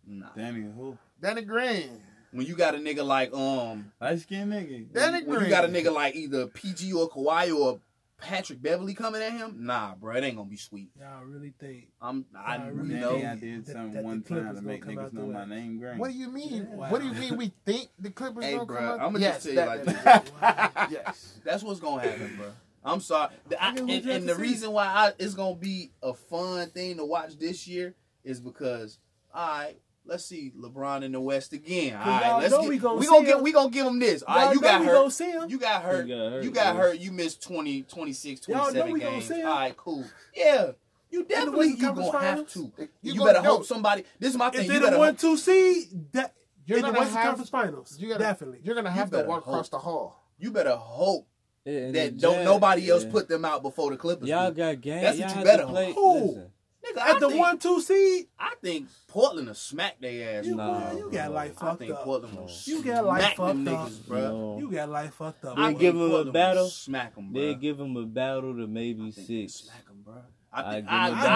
S3: Nah.
S8: Danny who?
S6: Danny Green.
S3: When you got a nigga like um,
S8: Light skinned nigga.
S6: Danny Green.
S3: when you got a nigga like either PG or Kawhi or Patrick Beverly coming at him, nah, bro, it ain't gonna be sweet.
S5: Y'all really think
S3: I'm, I,
S5: Nah,
S3: you
S5: really
S8: Danny,
S3: know,
S8: I did
S5: that-
S8: something
S5: that the
S8: one time
S5: Clippers
S8: to
S5: gonna
S8: make
S5: come out
S8: niggas know
S5: the
S8: my
S5: way.
S8: name green.
S6: What do you mean?
S5: Yeah.
S6: What do you mean? We think the Clippers
S3: hey,
S6: gonna
S3: bro,
S6: come out?
S3: I'm gonna
S6: yes,
S3: just tell you
S6: that-
S3: like
S6: that-
S3: that. [laughs]
S6: yes.
S3: That's what's gonna happen, bro. I'm sorry. The- I-
S8: Nigga, who
S3: and,
S8: you
S3: and the
S8: see?
S3: reason why I, it's gonna be a fun thing to watch this year is because all right, let's see LeBron in the West again. All right,
S5: y'all
S3: let's
S5: know
S3: get, we gonna
S5: we gonna
S3: we
S5: see
S3: gonna, get,
S5: him.
S3: we gonna give him this. All
S5: Y'all
S3: right, you
S5: know
S3: got
S5: we
S3: hurt.
S5: gonna see him.
S3: You got hurt.
S1: You got hurt,
S3: You got
S1: yeah.
S3: hurt. You missed 20, 26,
S5: Y'all know
S3: 27
S5: we gonna
S3: games.
S5: see
S3: All
S5: him.
S3: right, cool. Yeah. You definitely
S5: Western
S3: you
S5: Conference
S3: gonna have
S5: Finals?
S3: to.
S6: You
S3: You,
S6: gonna-
S3: better hope
S6: no.
S3: somebody. This is my
S5: if
S3: thing.
S5: they
S3: You
S5: the
S3: better
S5: one
S3: hope,
S5: two seed that
S6: You're
S5: in the
S6: gonna
S5: Western
S6: have-
S5: Conference Finals,
S6: You gotta,
S5: definitely.
S6: You're gonna
S3: You
S6: have to
S3: better
S6: walk
S3: hope.
S6: across the hall.
S3: you better hope
S1: And
S3: that
S1: the
S3: don't
S1: Jazz-
S3: nobody else
S1: yeah.
S3: put them out before the Clippers.
S1: Y'all
S3: do.
S1: got game.
S3: That's
S1: Y'all
S3: what you
S1: have
S3: better
S1: to play.
S5: hope.
S1: Listen,
S3: Nigga, I
S5: At the
S3: think-
S5: one two seed,
S3: I think Portland will smack their ass.
S5: you,
S3: bro.
S1: Nah,
S5: boy, you
S1: bro.
S5: got life
S3: I
S5: fucked
S3: think
S5: up.
S3: Portland will
S5: You got life
S3: smack them
S5: fucked up.
S3: niggas, bro.
S1: no.
S5: You got life fucked up.
S1: They
S5: I,
S3: think
S1: give 'em a
S3: Portland will
S1: battle.
S3: Smack them, bro.
S1: They give him a battle to maybe
S3: I think they'll
S1: six.
S3: Smack them, bro. I
S1: I
S3: think
S1: give 'em a
S3: I, I, I,
S5: battle.
S3: I,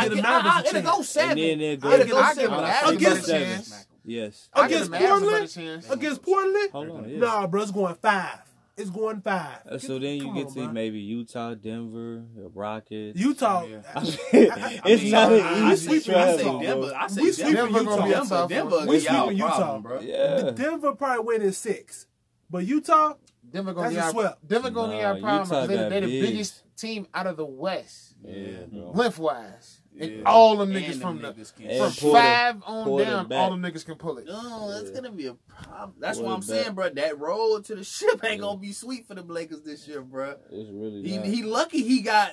S3: I, it'll
S5: And
S3: go
S5: then
S3: seven.
S1: And then they'll go.
S3: it'll go
S6: I give
S3: seven.
S6: them
S1: I'll
S6: Magic
S1: give 'em
S6: a
S1: seven.
S6: chance.
S3: Smack 'em.
S1: Yes.
S6: I give
S5: Against
S6: the Mavs another
S5: Portland?
S6: chance.
S5: Against Portland,
S1: Hold on. Yes.
S5: nah, bro, it's going five. It's going five.
S1: Uh, so then you
S5: come
S1: get
S5: on,
S1: to
S5: bruh.
S1: maybe Utah, Denver, the Rockets.
S5: Utah. uh,
S3: Yeah.
S1: [laughs] I mean,
S5: I
S1: it's
S5: mean,
S1: not
S5: I-
S1: an
S5: I
S1: easy
S5: sweep- I
S1: travel,
S3: say
S1: bro.
S3: Denver. I say
S5: We
S3: Denver.
S5: sweeping
S6: Denver gonna be a
S5: Utah.
S6: tough
S3: Denver,
S6: one.
S5: We
S3: Denver, y'all
S5: sweeping
S3: problem,
S5: Utah.
S3: bro.
S1: Yeah.
S5: Denver probably winning six, but Utah,
S6: Denver gonna
S5: That's
S6: be
S5: a
S6: our
S5: swept.
S6: Denver gonna be
S1: Nah,
S6: our problem.
S1: Utah
S6: 'cause They,
S1: got
S6: they the
S1: bigs.
S6: biggest team out of the West,
S1: Yeah, bro.
S6: length wise.
S3: Yeah.
S6: And all them niggas
S3: And
S6: from the
S3: them niggas can-
S1: Oh. And
S6: from
S1: Porter-
S6: five on
S1: Porter
S6: down,
S1: back.
S6: all them niggas can pull it.
S3: No, that's gonna be a problem. That's
S1: What
S3: what I'm
S1: about-
S3: saying, bro. That road to the ship ain't gonna be sweet for the Blakers this year, bro.
S1: It's really
S3: He,
S1: not.
S3: he lucky he got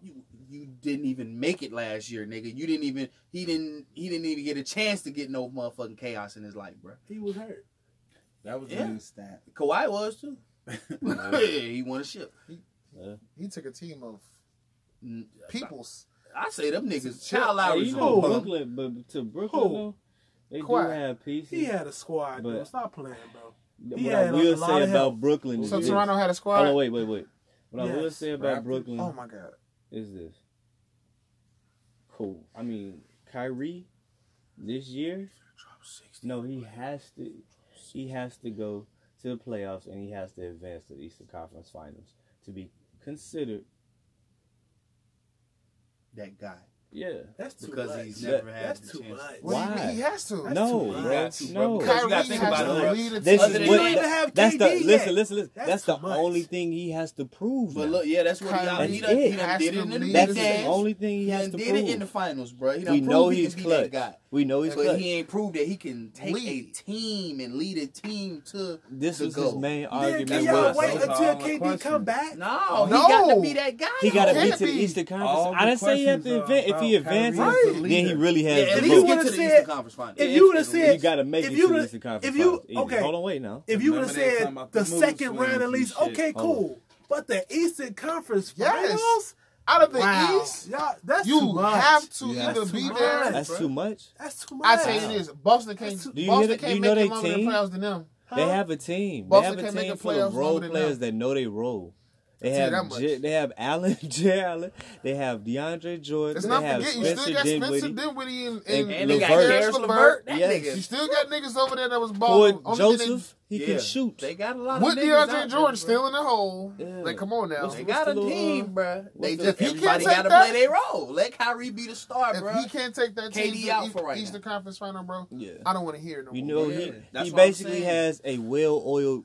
S3: you. You didn't even make it last year, nigga. You didn't even. He didn't. He didn't even get a chance to get no motherfucking chaos in his life, bro.
S5: he was hurt.
S8: That was
S3: Yeah.
S8: a new stat.
S3: Kawhi was too. [laughs] yeah, he won a ship.
S6: He took a team of
S3: Mm,
S6: peoples.
S3: I say them niggas.
S6: Ship.
S3: Child
S1: Hey,
S3: Lowry's
S1: you
S3: a
S1: know
S3: bum.
S1: Brooklyn, but to Brooklyn
S5: Who?
S1: though, they do
S6: Kawhi.
S1: have pieces.
S5: He had a squad, bro.
S1: But-
S5: Stop playing, bro.
S1: What
S5: he
S1: I
S5: had a
S1: will
S5: lot
S1: say
S5: of
S1: about
S5: help.
S1: Brooklyn is
S6: So
S1: this.
S6: Toronto had a squad.
S1: Hold on, wait, wait, wait. What I will
S5: Yes.
S1: say about
S8: Raptors.
S1: Brooklyn
S6: Oh my god.
S1: is this. Cool. I mean, Kyrie this year. No, he has to. He has to go to the playoffs and he has to advance to the Eastern Conference Finals to be considered.
S3: That guy.
S1: Yeah.
S5: That's too
S3: Because
S5: much.
S3: he's never had
S5: That's
S3: the
S5: too
S3: chance.
S5: much.
S6: What do you
S1: Why?
S6: mean? He has to.
S5: That's
S1: no,
S5: too much.
S1: bro.
S3: That's too
S1: No.
S3: much.
S6: Kyrie
S3: You gotta think
S6: has
S3: about
S6: to
S3: it, bro.
S6: lead a
S1: This
S3: Other
S1: is
S6: team.
S3: than
S1: what.
S3: you don't even
S5: have
S1: that's the
S5: KD
S1: listen,
S5: yet.
S1: listen, listen. That's,
S5: That's
S1: the
S5: too much.
S1: only thing he has to prove.
S3: But
S1: now.
S3: look, yeah, that's what he done.
S6: Kyrie
S3: He done, he done
S6: has
S3: did it
S6: to
S3: in the
S6: lead
S1: that's
S3: big
S6: the
S1: the
S3: games.
S1: only thing he
S3: He
S1: has
S3: done
S1: to
S3: did it in the
S1: prove.
S3: finals, bro. He done
S1: We
S3: proved
S1: know
S3: he
S1: he's
S3: can be that
S1: clutch.
S3: guy.
S1: We know he's
S3: But
S1: clutch.
S3: he ain't proved that he can take a
S6: Lead.
S3: team and lead a team to
S1: This
S3: the
S1: was
S3: goal.
S1: his main
S5: Then
S1: argument.
S5: can
S8: That's
S5: y'all
S1: was,
S8: what I
S5: wait
S8: said.
S5: until
S8: All the
S5: KD
S8: questions.
S5: come back?
S3: No, he
S6: No.
S3: got to be that guy.
S1: He got to
S6: Can't
S1: get to the
S6: be.
S1: Eastern
S8: All
S1: Conference.
S8: the
S1: I didn't say he had to
S8: questions are
S1: advance. If he
S8: about Kyrie
S1: advances,
S8: as the
S1: then he
S8: leader.
S1: really
S3: Yeah,
S1: has
S3: at
S1: the vote.
S3: least get to
S5: vote.
S3: the
S5: You would've
S3: Eastern
S5: said-
S3: Conference Finals.
S5: if you would've
S3: At
S5: said-
S3: least.
S1: You got to make
S5: If
S1: it
S5: you
S1: to the
S5: would've-
S1: Eastern Conference.
S5: if you-
S1: Finals. Easy.
S5: okay.
S1: Hold on, wait now.
S5: If you would
S8: Remember they
S5: have
S8: was
S5: said
S8: talking about
S5: the
S8: the mood
S5: second
S8: swings
S5: round at
S8: and
S5: least,
S8: shit.
S5: okay,
S1: Hold on.
S5: cool. But the Eastern Conference
S6: Yes.
S5: Finals,
S6: Out of the
S5: wow,
S6: East,
S5: Y'all, that's too
S6: you
S5: much.
S6: have to
S1: You have
S6: either
S5: to
S6: be
S5: run.
S6: there.
S1: That's too much.
S5: That's too much.
S6: I tell you this: Boston can't.
S5: Do
S1: you hear
S6: Boston
S1: that? Do
S6: can't
S1: you know
S6: make
S1: they
S6: it longer in
S1: team?
S6: the playoffs than them.
S1: They
S5: Huh?
S1: have a team. They
S6: Boston
S1: have a
S6: can't make
S1: team
S6: the
S1: full of
S6: playoffs
S1: role
S6: longer than
S1: players
S6: now.
S1: that know they role. They
S6: I'll tell you
S1: have
S6: that
S1: J-
S6: much.
S1: they have Allen [laughs] J. Allen. They have DeAndre Jordan.
S6: Let's
S1: they
S6: not
S1: have
S6: forget, you still
S1: Spencer
S6: got Spencer
S1: Dinwiddie.
S6: Dinwiddie and,
S1: And
S6: and,
S3: And they got
S1: Levert.
S3: Karis LeVert. That
S1: Yes.
S6: You
S3: nigga.
S6: still got niggas over there that was balling.
S1: Boyd
S6: Only thing
S1: Joseph, he
S3: Yeah.
S1: can shoot.
S3: They got a lot
S6: They,
S3: of
S6: with
S3: niggas out
S6: DeAndre
S3: there,
S6: Jordan
S3: bro.
S6: still in the hole.
S1: Yeah.
S6: Like, come on now.
S1: What's-
S3: They
S1: what's
S3: got
S1: the
S3: a
S1: little,
S3: team,
S1: uh,
S3: bro. They
S1: the-
S3: just
S6: If he can't
S3: everybody got to
S6: take
S3: play
S6: that-
S3: their role. Let Kyrie be the star,
S6: if
S3: bro.
S6: he can't take that team
S3: KD
S6: to
S3: out
S6: E-
S3: for right now.
S6: Eastern Conference Final, bro,
S1: Yeah.
S6: I don't want to hear it no
S1: You
S6: more.
S1: know,
S6: bro.
S3: Yeah,
S1: he,
S3: that's
S1: he
S3: what I'm
S1: basically
S3: saying.
S1: has a well-oiled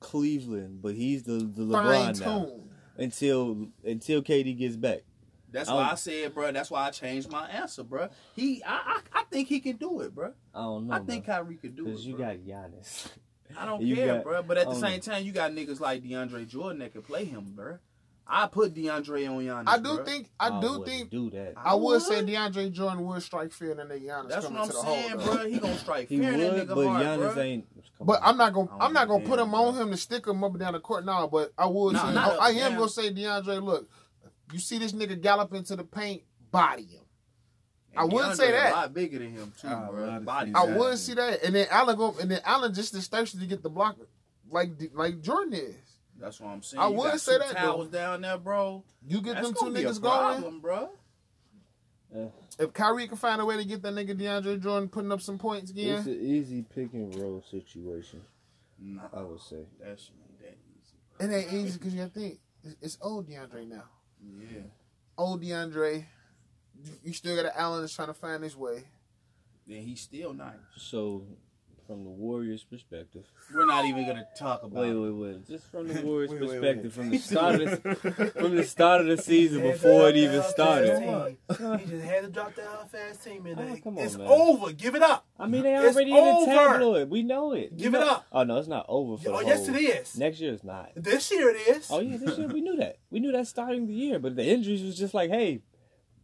S1: Cleveland, but he's the, the LeBron now
S6: Fine-tuned.
S1: until until KD gets back.
S3: That's
S1: I
S3: why
S1: don't-
S3: I said, bro. That's why I changed my answer, bro. He, I, I, I think he can do it, bro.
S1: I don't know.
S3: I think Kyrie could do it.
S1: because you
S3: bro.
S1: got Giannis.
S3: I don't
S1: you
S3: care,
S1: got-
S3: bro. But at the
S1: um,
S3: same time, you got niggas like DeAndre Jordan that can play him, bro. I put DeAndre on Giannis.
S6: I do
S3: bruh.
S6: think I do
S1: wouldn't
S6: think
S1: do that.
S6: I would say DeAndre Jordan would strike fear in the nigga Giannis
S3: That's
S6: coming
S3: what I'm
S6: to the
S3: saying,
S6: hole. though.
S3: bro. He gonna strike
S1: He
S3: fear in that
S1: would,
S3: nigga
S1: but
S3: hard,
S1: Giannis
S3: bruh.
S1: ain't. come
S6: But
S1: on.
S6: I'm not gonna
S1: I don't
S6: I'm not gonna put
S1: understand,
S6: him on
S1: bro.
S6: him to stick him up and down the court now. But I would
S3: Nah,
S6: say
S3: not
S6: I,
S3: up
S6: I am
S3: down.
S6: gonna say DeAndre. Look, you see this nigga gallop into the paint, body him. I
S3: And
S6: would say
S3: DeAndre
S6: that.
S3: A lot bigger than him too,
S8: I
S1: Ah,
S8: would
S3: bro.
S8: honestly
S3: Body.
S8: say
S6: I
S8: Exactly.
S6: would see that, and then Allen go, and then Allen just is thirsty to get the block, like like Jordan is.
S3: That's what I'm saying.
S6: I
S3: You
S6: would
S3: got
S6: say
S3: two
S6: that, though.
S3: Towers down there, bro.
S6: You get
S3: That's
S6: them two
S3: gonna be a
S6: niggas going.
S3: problem, bro.
S6: If Kyrie can find a way to get that nigga DeAndre Jordan putting up some
S1: It's
S6: points again,
S1: an easy pick and roll situation.
S3: Nah,
S1: I would say.
S3: that's that easy.
S6: it ain't easy because you gotta think it's, it's old DeAndre now.
S3: Yeah.
S6: Old DeAndre, you- you still got an Allen that's trying to find his way.
S3: Then he's still not.
S1: So, from the Warriors' perspective.
S3: We're not even gonna talk about
S1: Wait,
S3: it.
S1: wait, wait. Just from [laughs] the Warriors'
S8: Wait, wait, wait.
S1: perspective, from [laughs] the start of [laughs] the, from the start of the season before it even started.
S5: [laughs] He just had to drop that half ass team in
S1: Oh,
S5: there.
S1: come on,
S5: it's
S1: man.
S5: over. Give it up.
S1: I mean, they
S5: It's
S1: already in
S5: over.
S1: the tabloid. We know it. We
S5: Give
S1: know-
S5: it up.
S1: Oh no, it's not over for
S5: Oh,
S1: the
S5: yes,
S1: whole-
S5: it is.
S1: Next year it's not.
S5: This year it is.
S1: Oh yeah, this year we knew that. We knew that starting the year, but the injuries was just like, hey,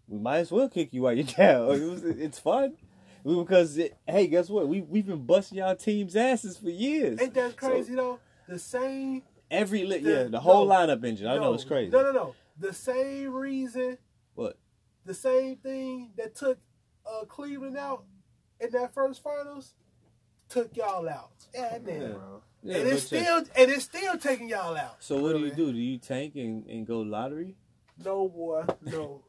S1: we might as well kick you while you're [laughs] down. Like, it was, it's fun. We- Because it, hey, guess what? We we've been busting y'all teams' asses for years.
S5: Ain't that
S1: So,
S5: crazy though? The same.
S1: every li-
S5: The-
S1: yeah, the whole
S5: no.
S1: lineup injured. I know
S5: no,
S1: it's crazy.
S5: No, no, no. The same reason.
S1: What?
S5: The same thing that took uh, Cleveland out in that first finals took y'all out. Yeah, damn.
S1: Yeah,
S5: and
S1: but
S5: it's
S1: check.
S5: still and it's still taking y'all out.
S1: So what do you do? Do you tank and, and go lottery,
S5: No boy, [laughs] no.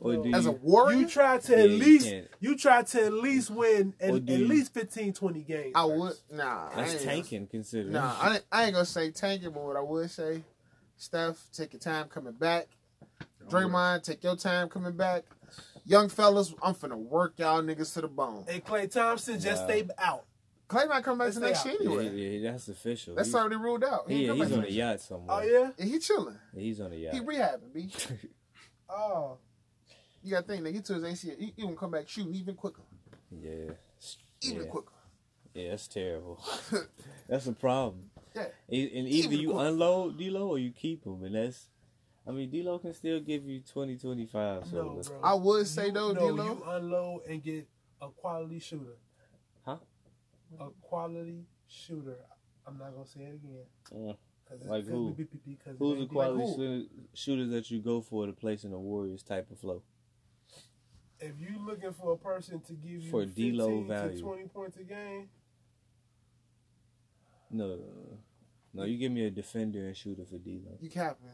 S1: or
S5: No.
S1: do
S6: As a
S1: you?
S6: warrior,
S5: You try to
S1: Yeah,
S5: at
S1: you
S5: least you,
S1: can't.
S5: try to at least win at,
S1: Or do
S5: at
S1: you-
S5: least 15, 20 games.
S6: I would nah. I
S1: that's
S6: ain't-
S1: tanking, considering.
S6: Nah, I, ain't- I ain't gonna say tanking, but what I would say, Steph, take your time coming back.
S1: Oh,
S6: Draymond, take your time coming back. Young fellas, I'm finna work y'all niggas to the bone.
S5: And Clay Thompson just
S1: Wow.
S5: stay out.
S6: Clay might come back
S5: Let's
S6: to next
S5: stay
S6: year
S5: out.
S1: yeah,
S6: anyway.
S1: yeah, that's official.
S6: That's
S1: He-
S6: already ruled out.
S1: he,
S6: ain't coming
S1: he's
S6: back
S1: on a
S6: next
S1: yacht somewhere.
S5: Oh yeah.
S6: year. He chilling.
S1: He's on a yacht.
S6: He rehabbing, B.
S5: Oh,
S6: You gotta think, nigga, he to his ACL. He, he gonna come back shooting even quicker.
S1: yeah,
S6: Even
S1: yeah.
S6: quicker.
S1: Yeah, that's
S6: [laughs]
S1: terrible. [laughs] that's a problem.
S6: Yeah.
S1: E- And either
S6: Even
S1: you
S6: quicker.
S1: unload D'Lo or you keep him, and that's. I mean, D'Lo can still give you 20, 25. So
S5: no,
S1: let's-
S5: bro.
S6: I would say
S5: You-
S6: though,
S5: no,
S6: D-Lo.
S5: you unload and get a quality shooter.
S1: Huh?
S5: A quality shooter. I'm not gonna say it again.
S1: Mm.
S5: 'Cause
S1: Like
S5: it's-
S1: who?
S5: 'cause it- because
S1: who's
S5: it
S1: the
S5: ain't like
S1: quality
S5: who?
S1: shooter, shooter that you go for to place in a Warriors type of flow?
S5: If you looking for a person to give you
S1: For
S5: 15
S1: D-Lo
S5: to
S1: value.
S5: 20 points a game,
S1: No, no, you give me a defender and shooter for D'Lo.
S6: You capping.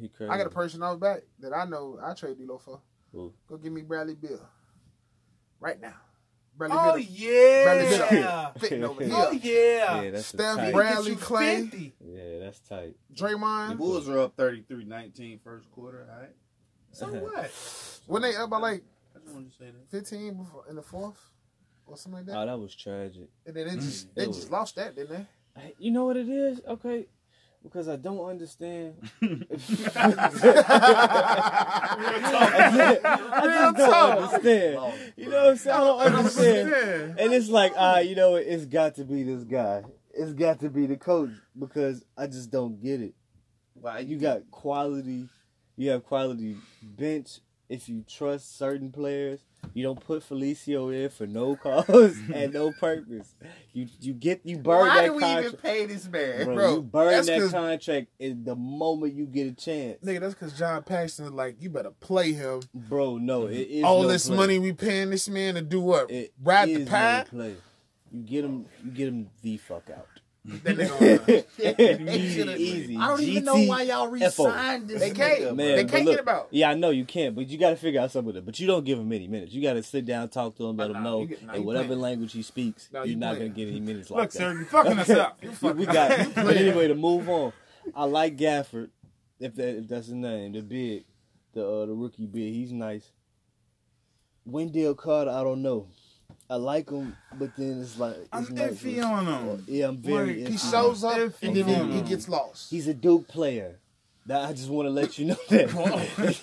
S1: He crazy.
S6: I got a person off back that I know I trade D-Lo for.
S1: Who?
S6: Go give me Bradley Bill. Right now. Bradley
S5: oh
S6: Bill
S5: yeah,
S1: Bradley
S6: fitting over
S1: Yeah.
S6: here.
S5: [laughs] oh yeah,
S1: Yeah, that's a
S6: Steph
S1: tight.
S6: Brad-
S5: Get
S6: Bradley
S5: you
S6: Clay.
S5: 50.
S1: Yeah, that's tight.
S6: Draymond.
S3: The Bulls are up 33-19 first quarter. All right.
S5: So
S1: Uh-huh.
S5: what?
S6: When they up by like
S3: I just wanted to say that.
S6: 15 before, in the fourth or something like that.
S1: Oh, that was tragic.
S6: and then they just, they
S1: It
S6: just
S1: was-
S6: lost that, didn't
S1: [laughs]
S6: they? [laughs]
S1: Hey, You know what it is? Okay. Because I don't understand. I just don't
S3: Oh,
S1: understand. You know what I'm saying? I don't understand. And it's like, ah, you know, what? it's got to be this guy. It's got to be the coach because I just don't get it.
S3: Why
S1: You got quality. You have quality bench. If you trust certain players, you don't put Felicio in for no [laughs] cause and no purpose. You you get you burn
S7: Why
S1: that
S7: do we
S1: contract.
S7: even pay this man,
S1: Bro,
S7: bro?
S1: you burn
S6: that's
S1: that
S6: 'cause-
S1: contract in the moment you get a chance.
S6: Nigga, that's because John Paxton is like, you better play him.
S1: Bro, no, it is
S6: All
S1: no
S6: this
S1: play.
S6: money we paying this man to do what?
S1: It
S6: Ride
S1: is
S6: the
S1: no
S6: pie?
S1: play. You get him, you get him the fuck out. [laughs]
S6: That nigga-
S1: Easy.
S7: I don't even know why y'all
S1: GTFO.
S7: resigned this
S6: They can't.
S7: nigga,
S1: Man,
S6: They
S1: but
S6: can't
S1: look,
S6: get about.
S1: Yeah, I know you can't, but you got to figure out something with it. But you don't give him any minutes. You got to sit down, talk to him, let him know,
S6: you get- nah,
S1: and
S6: you
S1: whatever
S6: playing.
S1: language he speaks,
S6: Nah,
S1: you're
S6: you
S1: not
S6: playing.
S1: gonna get any minutes like
S7: Look,
S1: that.
S7: sir, you're fucking us
S1: [laughs]
S7: up.
S1: we got. but anyway, to move on, I like Gafford, if that if that's his name, the big, the uh, the rookie big. He's nice. Wendell Carter, I don't know. I like him, but then it's like it's
S7: I'm
S1: like-
S7: iffy on him.
S1: Yeah, I'm very.
S7: Like,
S1: iffy.
S6: He shows up
S7: If
S6: and
S7: he
S6: then he, he
S7: don't.
S6: gets lost.
S1: He's a Duke player. That I just want to let you know that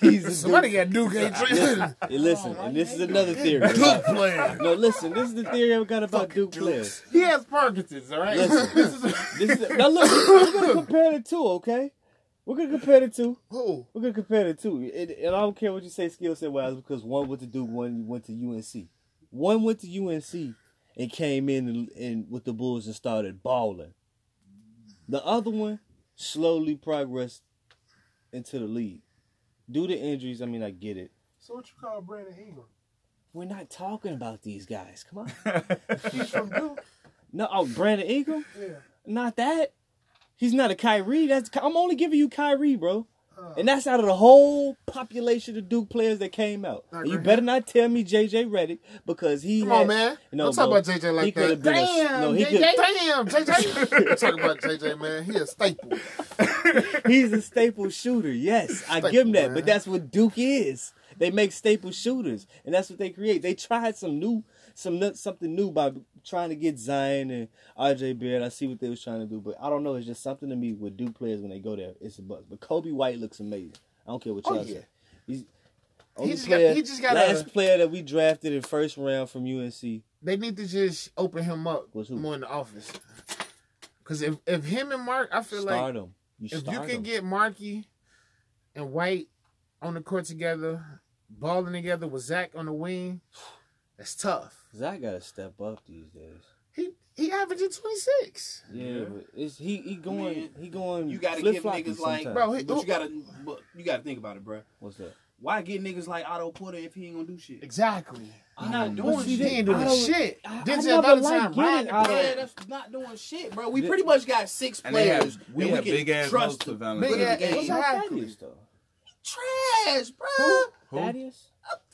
S1: [laughs] he's a Duke.
S6: Somebody got Duke ain't [laughs]
S1: Listen, listen, and this is another theory. about-
S6: player.
S1: no, listen, this is the theory I've got about Duke players.
S7: He
S6: [laughs]
S7: has Parkinson's, all right?
S1: Listen. [laughs]
S7: This is-
S1: This is now look, we're gonna compare the two, okay? We're gonna compare it to.
S6: Who?
S1: We're gonna compare the two, and, and I don't care what you say skill set wise because one went to Duke, one went to UNC. One went to UNC and came in and, and with the Bulls and started balling. The other one slowly progressed into the league due to injuries. I mean, I get it.
S5: So what you call Brandon Ingram?
S1: We're not talking about these guys. Come on,
S5: He's from Duke.
S3: [laughs]
S1: no, oh, Brandon Ingram,
S5: Yeah.
S1: not that. He's not a Kyrie. That's I'm only giving you Kyrie, bro. And that's out of the whole population of Duke players that came out.
S6: I
S1: And you
S6: agree.
S1: better not tell me JJ Reddick because he.
S6: Come
S1: had-
S6: on, man.
S1: No,
S6: Don't talk
S1: bro.
S6: about JJ
S1: He
S6: like
S1: could
S6: that.
S1: have been a, no, he could,
S6: Damn, JJ.
S1: [laughs]
S6: Don't [laughs] talk about JJ, man. He a staple.
S1: he's a staple shooter. Yes, I give him
S6: Staple,
S1: that.
S6: man.
S1: But that's what Duke is. They make staple shooters, and that's what they create. They tried some new, some nu- something new by trying to get Zion and RJ Barrett. I see what they was trying to do, but I don't know. It's just something to me with Duke players when they go there. It's a buzz. But Kobe White looks amazing. I don't care what
S6: Oh,
S1: y'all
S6: yeah.
S1: say. He's only
S6: just got-
S1: player,
S6: he just got
S1: last
S6: a-
S1: player that we drafted in first round from UNC.
S6: They need to just open him up
S1: What's who?
S6: more in the office. Cause if, if him and Mark, I feel like
S1: Stardom. You
S6: if
S1: start
S6: you can
S1: him.
S6: get Marky and White on the court together, balling together with Zach on the wing, that's tough.
S1: Zach got to step up these days.
S6: He he averaging twenty six.
S1: Yeah, but it's he he going
S3: mean,
S1: he going.
S3: You gotta give
S1: flip-floppy
S3: niggas like,
S1: sometimes.
S6: Bro, he-
S3: but you gotta, but you gotta think about it, bro.
S1: What's that?
S3: Why get niggas like Otto Porter if he ain't gonna do shit?
S6: Exactly.
S3: He's not
S1: But
S3: doing
S1: see,
S6: He
S1: they-
S3: shit.
S6: ain't doing
S1: I don't-
S6: shit.
S1: I- I
S6: Denzel
S1: never
S6: Valentine
S1: liked
S6: riding
S1: getting Otto.
S3: Yeah, that's not doing shit, bro. We pretty much got six
S8: And they have-
S3: players.
S8: we
S3: and
S8: have
S3: we can
S8: big-ass
S3: trust
S8: votes for
S3: them.
S8: Valentine.
S3: Put in the
S6: Yeah,
S3: game.
S1: What's up,
S6: Exactly.
S1: Thaddeus though?
S3: Trash, bro.
S1: Thaddeus?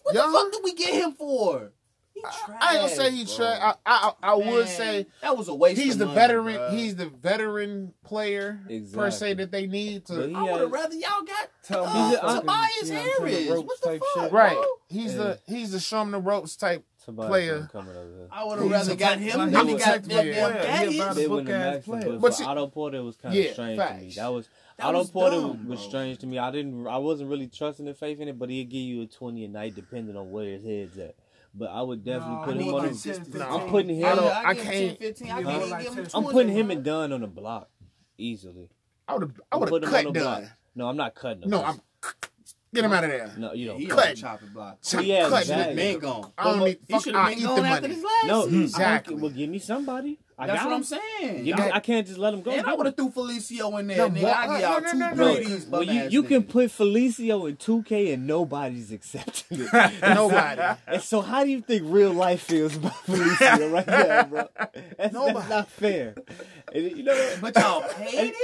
S3: What
S6: Young?
S3: the fuck did we get him for? He trash.
S6: I ain't gonna say he
S3: bro.
S6: trash. I, I I
S3: Man,
S6: would say
S3: that was a waste.
S6: he's
S3: of
S6: the
S3: money,
S6: veteran.
S3: bro.
S6: He's the veteran player per se
S1: Exactly.
S6: that they need to.
S1: But he
S3: I would
S1: has-
S3: have rather y'all got
S8: Tell me
S3: uh,
S1: he's a-
S3: Tobias
S1: yeah, I'm from the
S3: Harris.
S1: ropes
S3: What the
S1: type
S3: fuck?
S1: shit.
S6: right.
S3: bro?
S6: He's
S1: Yeah.
S6: the he's the show 'em the ropes type.
S1: Tobias
S6: Player.
S1: not Coming over there.
S3: I would have
S6: He's
S3: rather
S6: a
S3: got
S6: tech-
S3: him
S6: like,
S3: than
S6: he
S3: we
S6: was
S3: got
S6: tech
S3: that
S6: player.
S3: damn
S8: Yeah, he about
S3: Thaddeus.
S8: to-
S1: They wouldn't
S8: book-ass
S1: have matched him,
S8: player.
S1: but,
S6: But
S1: but
S6: see-
S1: Otto Porter was kind of
S6: Yeah,
S1: strange to me.
S6: facts.
S1: That was
S3: That
S1: Otto
S3: was
S1: Porter
S3: dumb,
S1: was
S3: bro.
S1: strange to me. I didn't, I wasn't really trusting the faith in it, but he'd give you a twenty a night depending on where his head's at. But I would definitely
S5: No,
S1: put
S5: I
S1: him
S5: need
S1: on.
S5: like
S1: his-
S5: 10, 15.
S1: I'm putting him.
S6: I don't-
S1: on-
S6: I can't-
S3: 15.
S5: Yeah,
S3: I can't
S5: bro,
S3: even
S5: like
S3: give him
S5: 10.
S1: I'm
S3: 20,
S1: putting him
S3: bro.
S1: and Dunn on the block easily.
S6: I would have I
S1: I'm
S6: would
S1: putting
S6: have
S1: him on
S6: cut
S1: the block.
S6: done.
S1: No, I'm not cutting him.
S6: No, I'm get him out of there.
S1: No, you don't.
S3: He
S1: cut.
S3: on the chopping block.
S6: Ch-
S1: He has
S6: cut
S1: value.
S6: him.
S3: Man gone.
S6: I don't need
S3: He
S6: fuck.
S3: should
S6: I
S3: have been
S6: eat the
S3: gone
S6: [laughs]
S3: after
S6: money.
S3: this last.
S1: No,
S3: season.
S6: Exactly.
S1: exactly. Well, give me somebody. I
S3: That's
S1: got
S3: what
S1: him.
S3: I'm saying.
S1: Give me, I can't just let him go.
S3: and I
S1: bro.
S3: would have threw Felicio in there.
S6: No,
S3: nigga,
S6: what?
S3: I
S6: No,
S3: give
S6: no,
S3: out two
S6: no, no,
S1: Bro,
S6: no.
S3: ratings,
S1: well,
S3: bum
S1: you,
S3: ass
S1: you can
S3: niggas.
S1: put Felicio in 2K and nobody's [laughs] accepting it.
S6: Nobody.
S1: and so, how do you think real life feels about [laughs] Felicio right now, bro? That's,
S6: Nobody.
S1: that's not fair. And you know what?
S3: But y'all paid him? [laughs]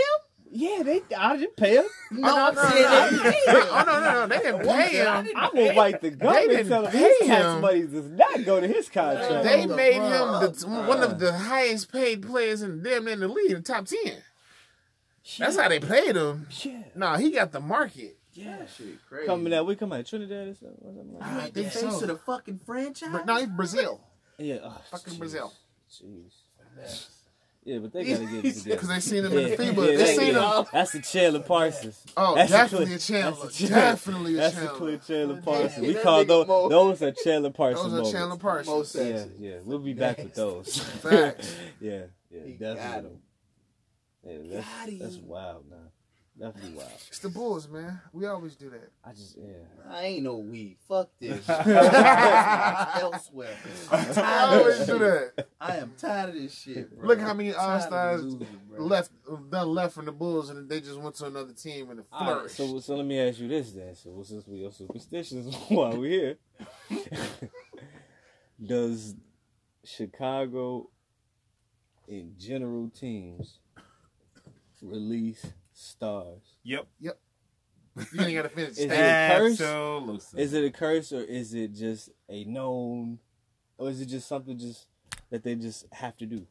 S1: Yeah, they. I didn't pay him.
S3: No,
S6: no,
S3: I'm
S6: no,
S3: saying
S6: no.
S3: they paid him.
S6: [laughs] Oh no no no! They didn't pay him.
S1: I'm gonna bite the
S6: They
S1: gun
S6: didn't
S1: and tell him
S6: pay
S1: his
S6: him.
S1: tax money does not go to his contract.
S6: They
S3: Bruh.
S6: made him the, one of the highest paid players in damn near the league, the top ten. That's how they paid him.
S1: yeah,
S6: No, he got the market.
S3: Yeah, shit, crazy.
S1: coming out. We come out of Trinidad or something. or something like that.
S6: I
S3: the
S6: think
S3: face of
S6: so.
S3: the fucking franchise.
S6: But no, he's Brazil.
S1: Yeah, oh,
S6: Fucking
S1: jeez.
S6: Brazil.
S1: Jeez. Yeah, but
S6: [laughs]
S1: they gotta get it together.
S6: Because they seen him in the FIBA.
S1: yeah,
S6: they
S1: that-
S6: seen
S1: yeah.
S6: him.
S1: That's the Chandler Parsons.
S6: Oh,
S1: that's
S6: definitely a
S1: clear- that's
S6: Chandler.
S1: a Chandler-
S6: Definitely a
S1: That's a
S6: Chandler.
S1: clear Chandler Parsons. We
S6: that
S1: call
S6: nigga
S1: those
S6: Mo-
S1: those are Chandler Parsons.
S6: Those are Chandler
S1: moments.
S6: Parsons.
S1: Yeah, yeah. We'll be back with those.
S6: [laughs] Facts.
S1: [laughs] yeah, yeah.
S3: He got
S1: definitely.
S3: him.
S1: Yeah, that's,
S3: Got him.
S1: that's wild, man. Definitely wild.
S6: It's the Bulls, man. We always do that.
S1: I just yeah.
S3: I ain't no weed. Fuck
S6: [laughs]
S3: this. Elsewhere. I'm
S6: I
S3: tired
S6: always
S3: of
S6: do
S3: shit.
S6: that.
S1: [laughs]
S3: I am tired of this shit, bro.
S6: Look how many
S3: I'm tired of
S6: All-Stars
S3: losing, bro.
S6: Left, done left from the Bulls, and they just went to another team and it
S1: All right,
S6: flourished.
S1: so so let me ask you this then. So since we are superstitious [laughs] while we're here, does Chicago in general teams release stars?
S8: Yep.
S6: you ain't got to
S1: Is
S6: finish. Hey,
S1: it a curse?
S8: Absolutely.
S1: Is it a curse or is it just a known, or is it just something just that they just have to do?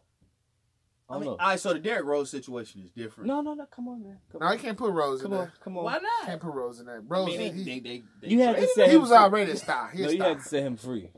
S1: I
S3: I
S1: don't
S3: mean,
S1: know.
S3: all right, so the Derrick Rose situation is different.
S1: no, no, no. Come on, man. Come
S6: No,
S1: on,
S6: you can't put Rose in
S1: come on,
S6: there.
S1: come on.
S3: Why
S6: Can't
S3: not?
S6: put Rose in there.
S3: I
S6: Rose,
S3: mean, they,
S6: he,
S3: they, they, they
S1: You had
S3: trade-
S1: to set
S6: he
S1: him
S6: was
S1: free.
S6: already a star. He a
S1: No, you
S6: star.
S1: had to set him free.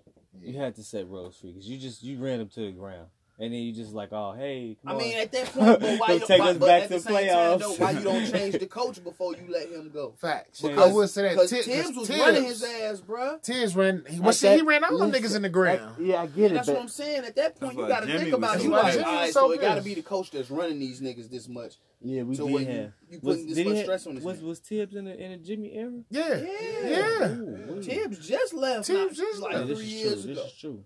S1: You had to set Rose free because you just you ran him to the ground. and then you just like, oh hey, come
S3: I
S1: on.
S3: mean, at that point, but
S1: [laughs]
S3: why
S1: Don't
S3: you
S1: take
S3: but,
S1: us
S3: but
S1: back
S3: at the
S1: to
S3: same
S1: playoffs.
S3: time, though, why you don't change the coach before you let him go?
S6: Facts.
S1: Because-
S6: I would say that
S3: Because
S6: Ti-
S3: Tibbs
S6: 'cause
S3: was running his ass, bruh.
S6: Tibbs ran. He, well, see, he ran all them niggas in the ground.
S9: Yeah, I
S3: And
S9: get it.
S3: that's what I'm
S9: But
S3: saying. At that point,
S7: That's
S3: you
S7: why
S3: got to
S7: Jimmy
S3: think about it.
S7: was
S3: You
S6: so
S3: like,
S6: pissed.
S3: all right,
S6: So
S3: so it got to
S6: pissed.
S3: be the coach that's running these niggas this much.
S9: yeah, we
S3: So
S9: did
S3: what
S9: have.
S3: you,
S1: was,
S3: you putting
S1: did
S3: this
S1: he
S3: much
S1: have-
S3: stress on this?
S1: was
S3: nigga.
S1: was Tibbs in the in the Jimmy era?
S6: Yeah.
S3: Yeah.
S6: Yeah.
S1: Ooh, wee.
S3: Tibbs just left.
S6: Tibbs
S3: Tibbs
S6: just
S3: like
S1: Yeah,
S6: left.
S1: this
S3: three
S1: is
S3: years
S1: true.
S3: ago.
S1: This is true.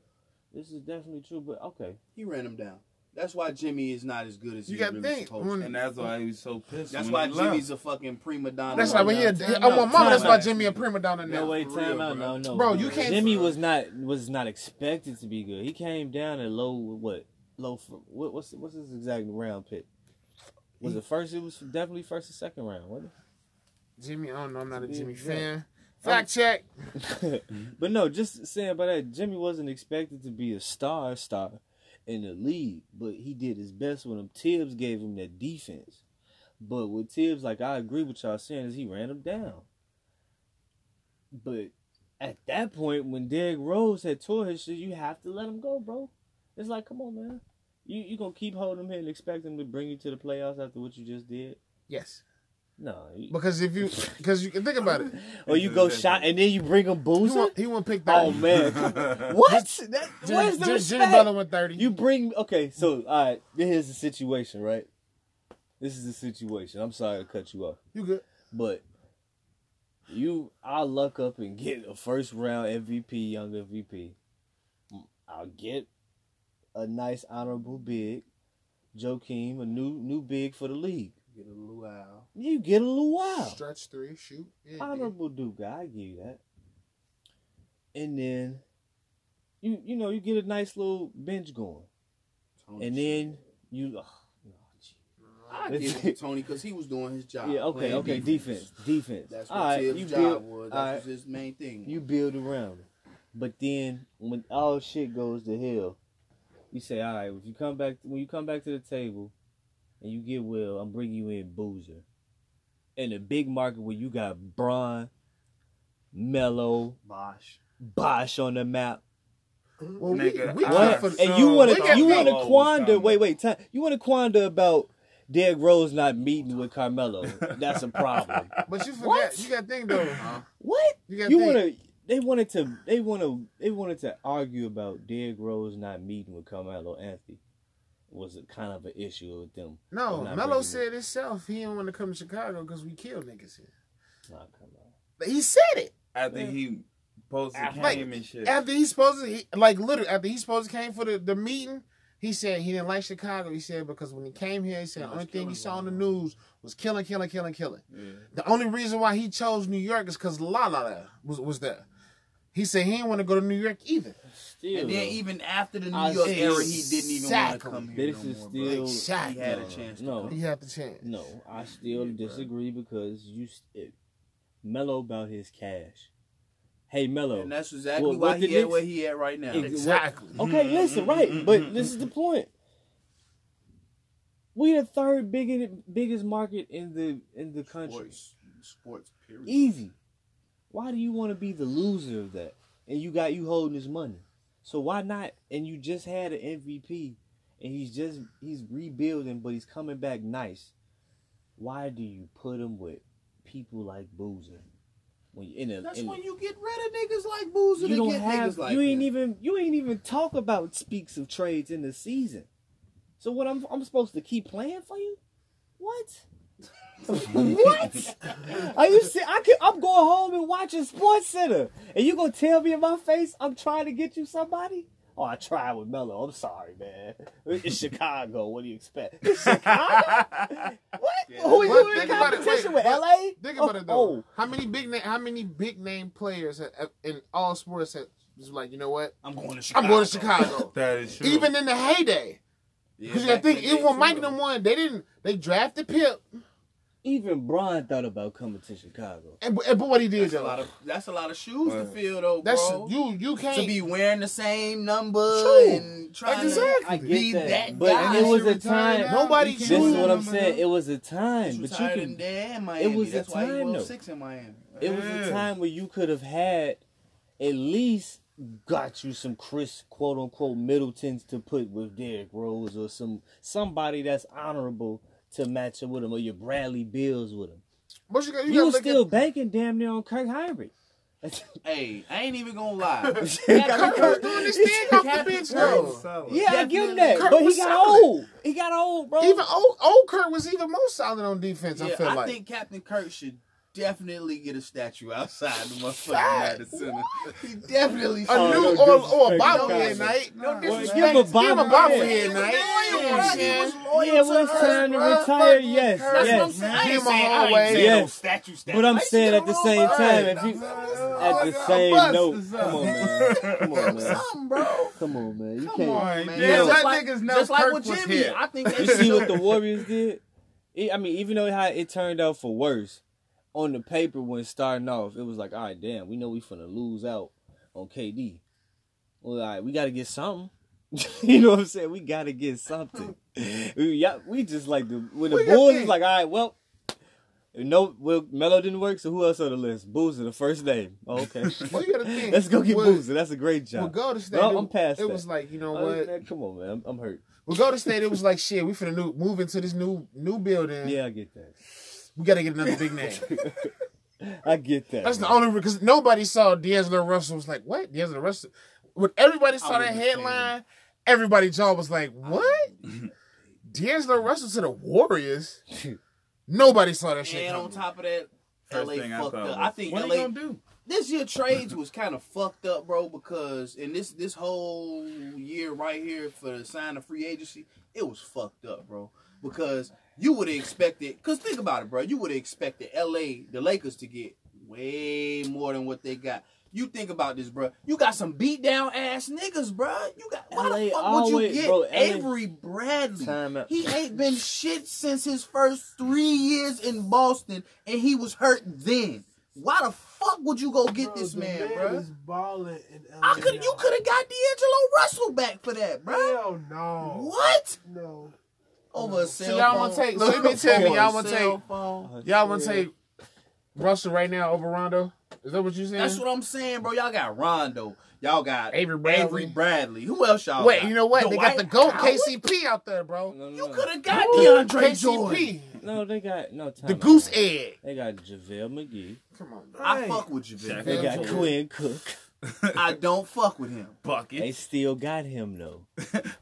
S1: This is definitely true. But okay,
S3: He ran him down. That's why Jimmy is not as good as
S6: You
S3: he's
S6: got
S3: really
S6: to think.
S3: supposed to.
S6: when-
S7: And that's why he was so pissed.
S3: That's
S7: when
S3: why
S7: he left.
S3: Jimmy's a fucking prima donna.
S6: That's
S3: right
S6: like when he.
S3: now.
S6: had- I want mama. That's why Jimmy a prima donna
S1: no
S6: now.
S1: way,
S7: for
S1: time
S7: real,
S1: out. No,
S7: bro.
S1: no,
S6: Bro, you can't-
S1: Jimmy was not was not expected to be good. He came down at low what low fir- what what's what's his exact round pick? Was it first? It was definitely first or second round, wasn't it?
S6: Jimmy, I don't know. I'm not a
S1: Yeah,
S6: Jimmy
S1: yeah.
S6: fan. Fact check.
S1: but no, just saying about that, Jimmy wasn't expected to be a star star in the league, but he did his best when him Tibbs gave him that defense. But with Tibbs, like I agree with y'all saying, is he ran him down. But at that point, when Derrick Rose had tore his shit, you have to let him go, bro. It's like, come on, man. You you gonna keep holding him here and expect him to bring you to the playoffs after what you just did?
S6: Yes.
S1: No. you-
S6: Because if you, because you can think about it.
S1: Or you go shot and then you bring him
S6: He
S1: Boozer?
S6: won't. He won't pick that.
S1: Oh man, what? That, where's the
S6: Jimmy, Jimmy
S1: respect?
S6: Butler went thirty.
S1: You bring okay. So all right, here's the situation, right? This is the situation. I'm sorry to cut you off,
S6: you good?
S1: but you, I luck up and get a first round MVP, young MVP. I'll get a nice honorable big, Joakim, a new new big for the league.
S3: Get a luau.
S1: You get a little while.
S6: Stretch three, shoot. Yeah, dude.
S1: Honorable Duke, I give you that. And then you you know you get a nice little bench going, and then you ugh, no, gee.
S3: Oh, I
S1: [laughs]
S3: give it to Tony because he was doing his job.
S1: yeah okay
S3: playing
S1: okay defense defense.
S3: That's what
S1: All right,
S3: Tibbs'
S1: you
S3: job
S1: build
S3: was. That
S1: all right,
S3: was his main thing.
S1: you build around, it. but then when all shit goes to hell, you say all right if you come back when you come back to the table, and you get well, I'm bringing you in Boozer, in the big market where you got Braun, Mello,
S3: Bosh.
S1: Bosh on the map.
S6: Well, we,
S7: Nigga,
S6: we
S7: I-
S6: good
S1: What?
S6: for
S7: so-
S1: and you want
S6: Look at
S1: to you
S6: me.
S1: want to
S7: Whoa,
S1: quander?
S7: time
S1: Wait, wait, time. You want to quander about Derrick Rose not meeting with Carmelo? That's a problem.
S6: But you forgot.
S1: What?
S6: You got to think though.
S1: what
S6: You got to
S1: you
S6: think.
S1: want to? They wanted to. They want to. They wanted to argue about Derrick Rose not meeting with Carmelo Anthony. Was a kind of an issue with them.
S6: no,
S1: I'm not
S6: Melo
S1: bringing
S6: said himself he didn't want to come to Chicago because we kill niggas here.
S1: Nah, come on.
S6: But he said it
S7: After he posted
S6: Like,
S7: came and shit.
S6: after he supposed to, he, like literally after he supposed to came for the, the meeting. He said he didn't like Chicago. He said because when he came here, he said the only thing he saw on the news was killing, killing, killing, killing. The only reason why he chose New York is because La La La was was there. He said he didn't want to go to New York either.
S1: Still,
S3: And then
S1: though,
S3: even after the New
S1: I
S3: York
S1: see.
S3: era, he didn't even want to
S6: Exactly.
S3: come here
S1: this
S3: no
S1: is still.
S3: more, bro. He had
S6: Exactly.
S3: a chance. To
S1: No.
S3: come.
S6: He had the chance.
S1: No, I still disagree because you st- mellow about his cash. Hey, mellow.
S3: And that's exactly
S1: Well,
S3: why
S1: what the
S3: he at
S1: Knicks-
S3: where he at right now.
S1: Ex-
S6: Exactly.
S1: Okay,
S3: Mm-hmm,
S1: listen, right, but this is the point. We the third biggest biggest market in the in the country.
S3: Sports, sports. Period.
S1: Easy. Why do you want to be the loser of that? And you got you holding his money. So why not? And you just had an MVP, and he's just he's rebuilding, but he's coming back nice. Why do you put him with people like Boozer? When you in a,
S3: That's
S1: in a-
S3: when you get rid of niggas like Boozer.
S1: you
S3: to
S1: don't
S3: get
S1: have
S3: niggas like
S1: you ain't
S3: that.
S1: even you ain't even talk about speaks of trades in the season. So what I'm I'm supposed to keep playing for you? What? [laughs] what? Are you see? I can, I'm going home and watching Sports Center, and you gonna tell me in my face I'm trying to get you somebody? Oh, I tried with Melo. I'm sorry, man. It's Chicago. What do you expect? It's Chicago. what? Who are
S6: But
S1: you in
S6: think about it,
S1: competition with?
S6: wait, but
S1: LA.
S6: Think about
S1: Oh,
S6: it though.
S1: Oh,
S6: How many big name? How many big name players have, have- in all sports have was like, you know what?
S3: I'm going to Chicago.
S6: I'm going to Chicago.
S7: [laughs] that is true.
S6: Even in the heyday,
S3: Yeah,
S6: because you got
S3: back
S6: to think,
S3: in the
S6: even when
S3: day,
S6: Mike
S3: too,
S6: and them won, they didn't. They drafted Pip,
S1: even Brian thought about coming to Chicago.
S6: and, and but what he did
S3: That's
S6: though.
S3: a lot of that's a lot of shoes to
S7: Right.
S3: fill though,
S6: That's
S3: bro.
S6: you. You
S3: to
S6: can't.
S3: be wearing the same number
S6: True.
S3: and trying
S6: Exactly.
S3: to
S1: I
S3: be
S1: get
S3: that,
S1: that, but
S3: guy.
S1: it was
S7: She
S1: a
S7: retired
S1: time.
S7: now.
S6: Nobody
S7: You
S1: This
S7: can't
S1: is
S6: choose-
S1: what I'm
S7: remember
S1: saying.
S7: that.
S1: It was a time, but you
S3: retired in
S1: can.
S3: there in Miami.
S1: was a
S3: That's why he
S1: time,
S3: won
S1: though.
S3: six in Miami.
S1: It was a
S7: Yeah.
S1: time where you could have had at least got you some Chris quote unquote Middletons to put with Derrick Rose or some somebody that's honorable to match up with him or your Bradley Bills with him.
S6: But you got
S1: You,
S6: you, gotta
S1: was
S6: look
S1: still
S6: at,
S1: banking damn near on Kirk Hybrid. [laughs]
S3: Hey, I ain't even gonna lie.
S6: Kirk was doing this thing off the bench though.
S7: Solid.
S1: Yeah, I give him that,
S6: Kirk
S1: but he
S6: was
S1: got
S6: solid.
S1: old. He got old, bro.
S6: Even old, old Kirk was even more solid on defense. I
S3: Yeah,
S6: feel
S3: I
S6: like
S3: think Captain Kirk should definitely get a statue outside the
S6: Fact.
S3: motherfucking United Center. He definitely
S6: a
S1: Oh,
S3: should.
S6: [laughs] new
S1: no
S6: or, or a
S1: disrespect,
S6: bobblehead
S1: guys.
S6: night. No
S1: Well,
S6: disrespect.
S1: give him a bobblehead.
S6: bobblehead
S1: Yeah.
S6: night.
S1: Yeah.
S6: You know what I'm saying?
S1: yeah, when it's time to retire, yes,
S6: That's
S1: yes.
S6: what I'm saying. Give him a
S1: ain't
S6: hallway.
S1: saying- Yes.
S7: [laughs]
S3: statue, statue.
S1: But I'm saying at the same
S6: Right.
S1: time, if you
S6: Oh,
S1: at the
S7: God,
S1: same
S7: bust
S1: note,
S7: is
S1: come on,
S7: up.
S1: man, come on,
S3: [laughs]
S1: man,
S3: something, bro.
S1: come on, man, you
S3: Come
S1: can't.
S3: on, man.
S7: Yeah,
S3: Just
S7: let
S3: like-
S7: niggas know
S3: just like
S7: Kirk
S3: with
S7: was
S3: Jimmy.
S7: here.
S3: I think
S1: You see
S6: [laughs]
S1: what the Warriors did? It- I mean, even though how it turned out for worse on the paper when starting off, it was like, all right, damn, we know we finna lose out on KD. Well, all right, we gotta get something. [laughs] you know what I'm saying? We gotta get
S6: [laughs]
S1: something. we, yeah, we just like the when the
S6: We got
S1: Bulls
S6: big.
S1: is like, all right, well. No, well, Melo didn't work, so who else on the list? Boozer, the first name. Oh, okay. [laughs]
S6: Well, you gotta think.
S1: Let's go get
S6: Well,
S1: Boozer. That's a great
S6: Well,
S1: job.
S6: go to state.
S1: No,
S6: it-
S1: I'm past
S6: It
S1: that.
S6: was like you know
S1: Other than
S6: what?
S1: that, come on, man. I'm, I'm hurt.
S6: We go to state. It was like shit. We finna new, move into this new new building.
S1: Yeah, I get that.
S6: We gotta get another big name.
S1: [laughs] I get that.
S6: That's the
S1: man.
S6: only because nobody saw D'Angelo Russell was like, what? D'Angelo Russell. When everybody saw that
S3: wouldn't have seen
S6: headline, everybody jaw was like, what? D'Angelo Russell to the
S3: [laughs]
S6: Warriors? nobody saw that shit.
S3: And on
S6: coming.
S3: top of that,
S7: First
S3: LA
S7: thing I
S3: fucked
S7: thought
S3: up.
S7: was,
S3: I think LA
S7: what are you gonna do?
S3: this year trades was kind of fucked up, bro, because in this this whole year right here for the sign of free agency, it was fucked up, bro. Because you would have expected, cause think about it, bro. You would have expected LA, the Lakers, to get way more than what they got. You think about this, bro. You got some beat down ass niggas, bro. You got why
S1: LA
S3: the fuck would you
S1: always-
S3: get
S1: bro, LA
S3: Avery Bradley?
S1: Time out.
S3: He ain't been shit since his first three years in Boston, and he was hurt then. Why the fuck would you go get this
S5: the
S3: man, bro?
S5: Is balling in LA
S3: I could you
S5: now.
S3: could have got D'Angelo Russell back for that, bro.
S5: Hell no.
S3: What?
S5: No.
S3: Over a
S6: So
S3: cell
S6: y'all wanna
S3: phone.
S6: take- so you mean tell me
S3: Over a
S6: y'all wanna
S3: cell
S6: take-
S3: phone.
S1: Oh,
S6: Y'all want to take Russell right now over Rondo? Is that what you saying?
S3: That's what I'm saying, bro. Y'all got Rondo. Y'all got
S6: Avery Bradley.
S3: Avery Bradley. Who else y'all
S6: Wait,
S3: got?
S6: you know what? they got
S3: Dwight
S6: the GOAT
S3: Howard?
S6: KCP out there, bro.
S1: No, no,
S3: You
S1: no.
S3: could have got
S6: Ooh,
S3: DeAndre
S6: KCP.
S3: Jordan.
S1: No, they got no time.
S6: The
S1: out.
S6: goose egg.
S1: They got JaVale McGee.
S6: Come on, bro.
S3: I
S5: Hey.
S3: fuck with you,
S1: They
S3: man.
S1: got
S6: Jordan.
S1: Quinn Cook.
S3: I don't fuck with him.
S1: They
S7: Bucket.
S1: still got him though.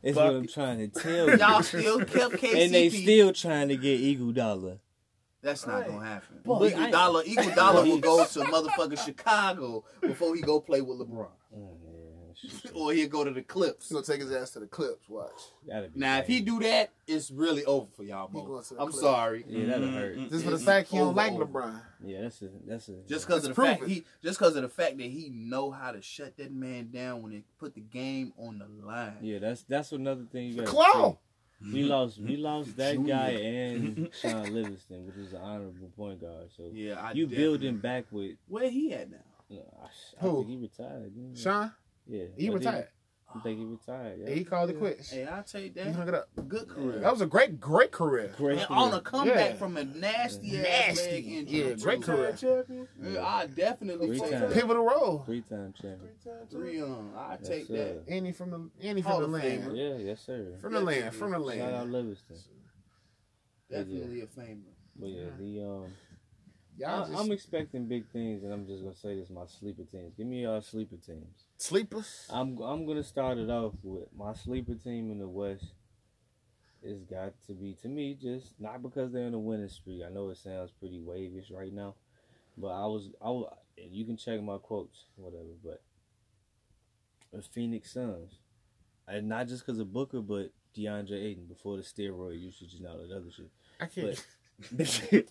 S1: It's what I'm trying to tell
S3: Y'all
S1: you.
S3: still kept KCP.
S1: And they still trying to get Eagle Dollar.
S3: That's not
S5: Right.
S3: gonna happen.
S1: But
S3: Eagle
S1: I-
S3: Dollar,
S6: [laughs]
S3: Eagle Dollar will go to motherfucking Chicago before he go play with LeBron,
S1: [laughs]
S3: or he'll go to the Clips.
S6: gonna take his ass to the clips. Watch.
S1: Gotta be
S3: Now, if he
S1: right.
S3: do that, it's really over for y'all,
S6: He going
S3: Mo.
S6: to the
S3: I'm
S6: Clips.
S3: sorry.
S1: yeah, that'll hurt.
S6: Just for the fact he
S3: Over,
S6: don't like
S3: over.
S6: LeBron.
S1: Yeah, that's a that's a.
S3: Just because of the
S6: It's
S3: fact
S6: proven.
S3: he, just because of the fact that he know how to shut that man down when they put the game on the line.
S1: yeah, that's that's another thing you got.
S6: Claw.
S1: We lost we lost that
S3: Junior.
S1: guy and Sean Livingston, which is an honorable point guard. So
S3: Yeah, I
S1: you
S3: definitely-
S1: build him back with.
S3: Where he at now?
S1: No, I, I
S6: Who?
S1: think he retired. didn't he?
S6: Sean,
S1: Yeah,
S6: he
S1: I think-
S6: retired.
S1: I think he retired. Yeah.
S6: He called it quits.
S3: Hey, I take
S6: He hung
S3: that.
S6: it up.
S3: Good career.
S6: That was a great, great career.
S1: Great
S3: And
S1: career.
S3: on a comeback
S6: Yeah.
S3: from a nasty, ass
S6: Nasty.
S3: leg injury.
S6: Yeah, great
S3: too.
S6: career.
S5: Time champion.
S3: Yeah, I definitely
S1: Three
S3: take
S1: times.
S3: that.
S6: Pivotal role.
S1: Three-time champion.
S5: Three times.
S3: Three on. I
S1: Yes,
S3: take that.
S1: sir.
S6: Any from the, any from
S3: Hall
S6: the
S3: of
S6: land,
S3: Famer.
S1: Yeah, yes sir.
S6: from the land, from the
S1: Shout out
S6: land.
S1: Livingston.
S3: Definitely a famer.
S1: But yeah, the um,
S6: Y'all
S1: I,
S6: just
S1: I'm expecting big things, and I'm just gonna say this: my sleeper teams. Give me y'all sleeper teams.
S6: sleepers.
S1: I'm I'm gonna start it off with my sleeper team in the West. It's got to be to me just not because they're in a winning streak. I know it sounds pretty wavish right now, but I was I was, and you can check my quotes whatever. But the Phoenix Suns, and not just because of Booker, but DeAndre Ayton before the steroid usage and all that other shit. [laughs]
S6: I can't.
S1: it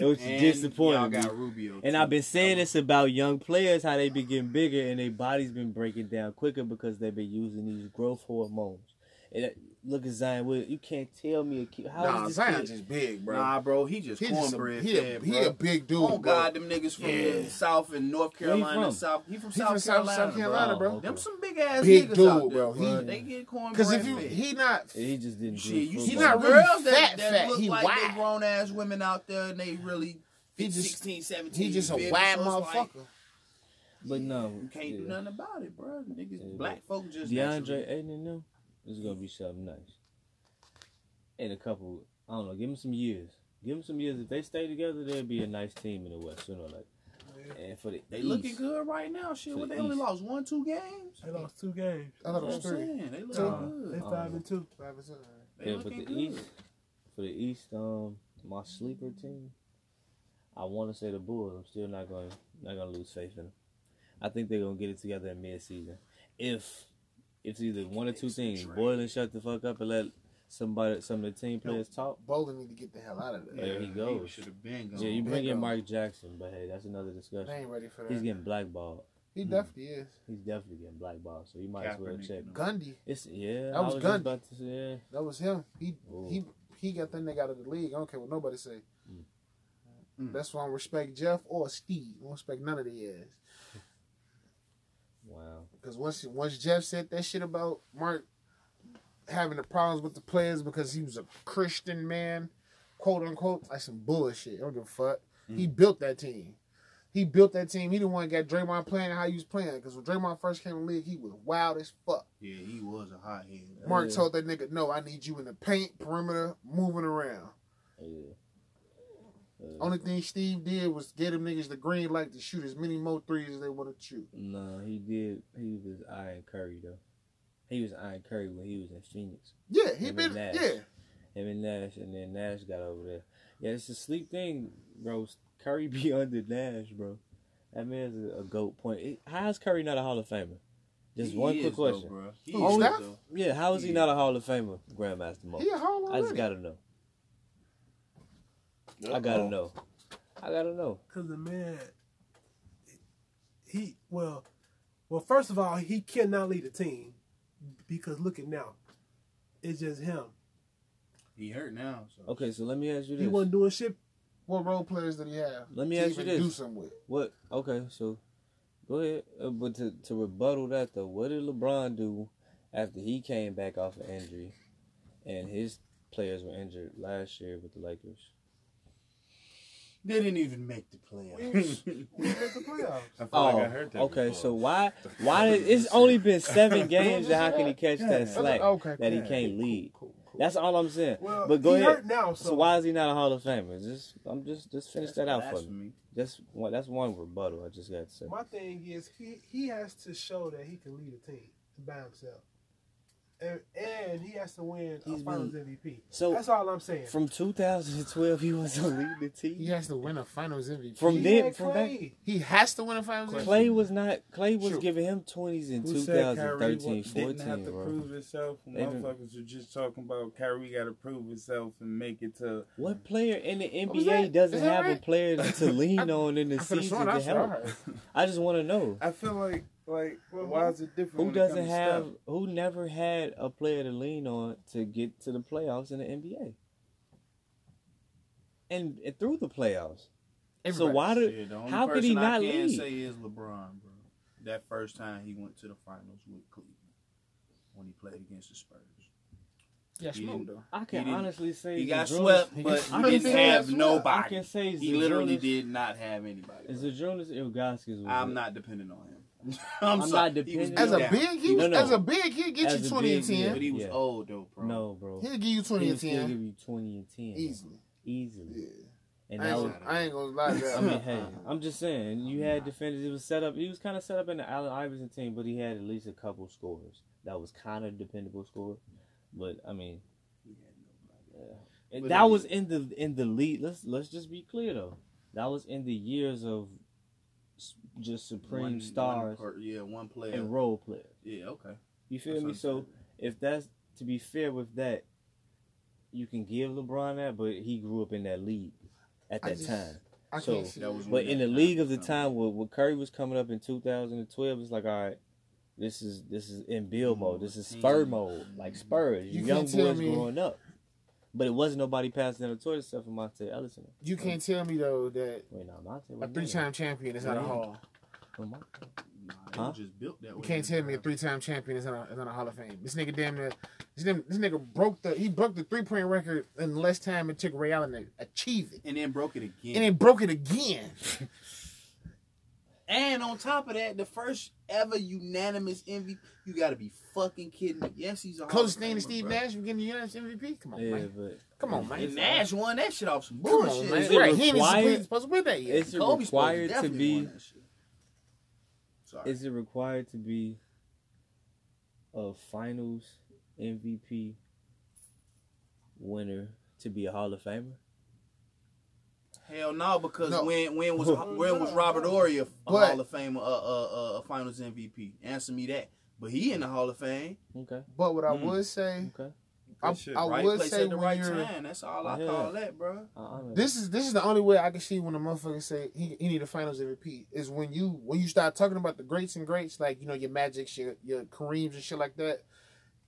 S1: was
S3: And Y'all
S1: disappointing.
S3: got Rubio.
S1: And
S3: too.
S1: I've been saying this about young players how they be getting bigger and their bodies been breaking down quicker because they've been using these growth hormones. And that- look at Zion Williamson. You can't tell me a kid. How is
S6: Nah,
S1: this
S6: Zion
S1: kid-
S6: just big, bro.
S3: Nah, bro, he just
S6: he just a,
S3: cornbread.
S6: he, a,
S3: fed,
S6: he
S3: bro.
S6: a big dude.
S3: Oh
S6: bro.
S3: God, them niggas from
S6: Yeah.
S3: the South and North
S1: Where he
S3: Carolina.
S1: from?
S3: South, he from
S6: He
S3: South
S6: from South-
S3: Carolina.
S6: South Carolina, bro.
S3: Them some big ass
S6: Big
S3: niggas
S6: dude,
S3: out there,
S6: bro.
S3: bro.
S6: He-
S3: they get cornbread.
S6: Because if you
S3: fed.
S6: he not
S1: He just didn't do
S3: Shit, you
S1: football.
S3: see
S6: He
S3: some
S6: not really
S3: girls
S6: fat,
S3: that, that
S6: fat.
S3: look
S6: He
S3: like they
S6: wide.
S3: grown ass women out there, and they really
S6: He
S3: he
S6: just-
S3: 16, 17.
S6: he just
S3: you
S6: a
S3: feel me?
S6: wild
S3: So it's like,
S6: motherfucker.
S1: But no,
S3: You can't do
S1: yeah.
S3: nothing about it, bro. Niggas,
S1: Yeah.
S3: black folk just naturally-
S1: DeAndre Ayton and them is gonna be something nice. In a couple, I don't know. Give them some years. Give them some years. If they stay together, they'll be a nice team in the West. You know, like and for the
S3: They
S1: East,
S3: looking good right now. Shit,
S1: To
S3: what
S1: the
S3: they only
S1: East.
S3: lost one, two games.
S5: They lost two games.
S7: I thought it
S3: You know what
S7: was
S3: I'm
S7: three. Oh,
S3: saying? They look
S5: Nah.
S3: good.
S5: They
S1: Uh,
S5: five and two.
S10: Five and seven.
S3: They
S1: Yeah, but
S3: looking
S1: the
S3: good.
S1: East, for the East, um, my sleeper team, I want to say the Bulls. I'm still not going, not gonna lose faith in them. I think they're gonna get it together in mid-season. If it's either one or two things, Boylan shut the fuck up and let somebody, some of the team players talk.
S6: Bowling need to get the hell out of there.
S1: There he goes.
S3: Should have been gone.
S1: Yeah, you bring in
S6: Bingo.
S1: Mark Jackson, but hey, that's another
S6: They
S1: discussion.
S6: ain't ready for that.
S1: He's getting blackballed.
S6: he definitely is.
S1: He's definitely getting blackballed, so you might as well
S3: Kaepernick
S1: check.
S3: and them.
S6: Gundy,
S1: It's yeah.
S6: That
S1: I
S6: was
S1: just
S6: Gundy.
S1: about to say, yeah.
S6: that was him. He
S1: Ooh.
S6: he he got that nigga out of the league. I don't care what nobody say.
S3: Mm.
S6: That's why I don't respect Jeff or Steve. I don't respect none of the ass.
S1: Wow.
S6: Because once once Jeff said that shit about Mark having the problems with the players because he was a Christian man, quote unquote, like some bullshit. I don't give a fuck. He built that team. He built that team. He the one that got Draymond playing how he was playing. Because when Draymond first came in the league, he was wild as fuck.
S3: Yeah, he was a hot head.
S6: Mark
S1: Yeah.
S6: told that nigga, no, I need you in the paint, perimeter, moving around.
S1: Yeah. Uh,
S6: Only thing Steve did was get them niggas the green light to shoot as many more threes as they wanted to shoot.
S1: No, he did. He was Iron Curry though. He was Iron Curry when he was in Phoenix.
S6: Yeah, he
S1: Him
S6: been,
S1: and Nash.
S6: yeah.
S1: Him and Nash, and then Nash got over there. Yeah, it's a sleep thing, bro. Curry [laughs] be under Nash, bro. That man's a, a goat point. It- how is Curry not a Hall of Famer? Just
S3: He
S1: one
S3: is,
S1: quick
S3: though,
S1: question.
S3: bro. He
S5: Oh,
S6: Who,
S3: is,
S6: Steph?
S3: though.
S1: yeah, how is he
S3: Yeah.
S1: not a Hall of Famer, Grandmaster Mo?
S6: He a Hall
S1: I just
S6: already.
S1: gotta know. I gotta know. I gotta know.
S5: Cause the man, he well, well. First of all, he cannot lead a team because look at now, it's just him.
S3: He hurt now. So.
S1: Okay, so let me ask you
S5: He wasn't
S1: this.
S5: doing shit.
S6: What role players did he have?
S1: Let me
S6: to
S1: ask you
S6: even
S1: this.
S6: Do something with.
S1: What? Okay, so go ahead. Uh, but to, to rebuttal that though, what did LeBron do after he came back off of injury, and his players were injured last year with the Lakers?
S3: They didn't even make the
S1: [laughs]
S3: playoffs.
S10: We made the playoffs.
S7: I feel
S1: Oh,
S7: like I heard that.
S1: okay.
S7: before.
S1: So
S7: [laughs]
S1: why why did it's only been seven games? and how can he catch that slack
S6: Okay,
S1: that he
S6: cool,
S1: can't lead?
S6: cool, cool.
S1: That's all I'm saying.
S5: Well,
S1: But go
S5: he
S1: ahead.
S5: hurt now. So,
S1: So why is he not a Hall of Famer? Just I'm just just finish that out for me.
S3: Blasphemy.
S1: That's one. That's one rebuttal. I just got to say.
S5: My thing is, he he has to show that he can lead a team by himself, and, and he has to win
S1: He's
S5: a Finals MVP.
S1: So-
S5: that's all I'm saying.
S1: From 2012, he was a leading team.
S6: He has to win a Finals MVP.
S1: From
S5: He
S1: then,
S5: had
S1: from
S5: Clay.
S1: back,
S6: he has to win a Finals MVP.
S1: Clay was not. Clay was
S6: Shoot.
S1: giving him twenties in
S7: Who said Kyrie
S1: 2013,
S7: wa- didn't
S1: 14,
S7: have to
S1: bro.
S7: prove itself? When
S1: They didn't-
S7: motherfuckers were just talking about Kyrie got to prove himself and make it to.
S1: What player in the
S6: was
S1: NBA
S6: that?
S1: doesn't
S6: Is that
S1: have a
S6: right?
S1: player to lean
S6: I-
S1: on in the
S6: I could've
S1: season
S6: sworn I
S1: to
S6: saw
S1: help?
S6: her.
S1: I just want to know
S7: I feel like like why is it different?
S1: who
S7: when it comes
S1: doesn't
S7: to
S1: have,
S7: Steph?
S1: who never had a player to lean on to get to the playoffs in the NBA, and, and through the playoffs. So
S6: Everybody.
S1: why
S3: Yeah,
S1: did?
S3: the only
S1: how could he
S3: person
S1: not
S3: I can
S1: lead?
S3: say is LeBron, bro. That first time he went to the finals with Cleveland when he played against the Spurs.
S6: Yeah,
S3: He
S6: smoked
S3: didn't-
S6: though.
S1: I can
S3: didn't-
S1: honestly say
S3: He got
S1: Zdrulis-
S3: swept,
S6: he
S3: but
S6: got-
S3: he
S6: I
S3: didn't
S6: think he got
S3: have
S6: swept.
S1: I
S3: nobody.
S1: can say
S3: He literally
S1: Zdrulis-
S3: did not have anybody. bro.
S1: Zdrulis Ilgaskis was
S3: I'm
S1: it.
S3: not depending on him. [laughs] I'm,
S1: I'm
S3: sorry.
S1: not
S3: He was
S1: depending
S6: As
S1: on-
S6: a
S3: down.
S6: big, he
S1: No,
S6: was,
S1: no.
S6: as a big, he'll get
S1: As a
S6: you twenty
S1: big,
S6: and ten.
S3: but he was
S1: Yeah.
S3: old though, bro.
S1: No, bro.
S6: He'll give you twenty
S1: He
S6: and
S1: would still give
S6: ten
S1: you twenty and ten bro.
S6: easily.
S1: easily.
S6: Yeah,
S1: And
S6: I
S1: that
S6: ain't,
S1: was,
S6: gonna, I ain't gonna lie to
S1: [laughs]
S6: that.
S1: I mean, hey, I'm just saying, you had defenders. It was set up. He was kind of set up in the Allen Iverson team, but he had at least a couple scores that was kind of dependable score. But I mean, yeah. And
S3: But
S1: that
S3: it-
S1: was in the in the lead. Let's let's just be clear though. That was in the years of s- just supreme
S3: One- one
S1: stars
S3: per- yeah, one player.
S1: and role players.
S3: yeah, okay.
S1: You feel
S3: That's
S1: me?
S3: what I'm
S1: So if that's to be fair with that, you can give LeBron that, but he grew up in that league at
S6: I
S1: that
S6: just-
S1: time.
S6: I
S1: So,
S6: can't see
S3: that was-
S1: But
S3: when
S1: in the
S3: that
S1: league
S3: time
S1: of the
S3: was
S1: time where, where Curry was coming up in 2012, it's like all right, this is this is in Bill mode, this is Spur mode, like Spurs, you,
S6: You
S1: young
S6: can't tell
S1: boys
S6: me-
S1: growing up. But it wasn't nobody passing down the torch except for Monte Ellison.
S6: you can't tell me though that
S1: Wait, no, Monte.
S6: a
S1: wasn't in it.
S6: three-time champion is not a
S1: Yeah.
S6: hall.
S1: Oh, Monte.
S3: Nah, they
S1: Huh?
S3: were just built that
S6: You
S3: way.
S6: can't tell me a three-time champion is not a, is not a Hall of Fame. This nigga damn near, this, nigga- this nigga broke the he broke the three-point record in less time it took Ray Allen to achieve it,
S3: And then broke it again.
S6: and then broke it again.
S3: And on top of that, the first ever unanimous MVP. You gotta be fucking kidding me. Yes, he's a Hall
S6: Closest
S3: of
S6: thing to
S3: Famer,
S6: Steve
S3: bro.
S6: Nash, we getting the United MVP. Come on,
S1: Yeah,
S6: man.
S1: but
S6: Come on, man.
S3: And Nash won that shit off some
S6: Come
S3: bullshit.
S6: on, man.
S1: it
S6: Right, he ain't
S1: required-
S6: even supposed to win that yet.
S1: is it
S3: Kobe supposed
S1: required to
S3: definitely
S1: be?
S3: won that shit. Sorry.
S1: Is it required to be a Finals MVP winner to be a Hall of Famer?
S3: Hell no, because
S6: No.
S3: when when was when was Robert Ory a, a
S6: But-
S3: Hall of Famer, a, a, a, a Finals MVP? Answer me that. But he in the Hall of Fame.
S1: Okay,
S6: But what I
S3: Mm.
S6: would say,
S1: okay.
S6: I,
S7: Good shit,
S6: I
S7: right?
S6: would
S3: Place
S6: say
S3: at the
S6: when
S3: right
S6: you're,
S3: time. That's all I
S1: Yeah.
S3: call that, bro.
S1: I honor
S6: this is this is the only way I can see when a motherfucker say he, he need a Finals MVP is when you when you start talking about the greats and greats like you know your Magics, your your Kareems and shit like that.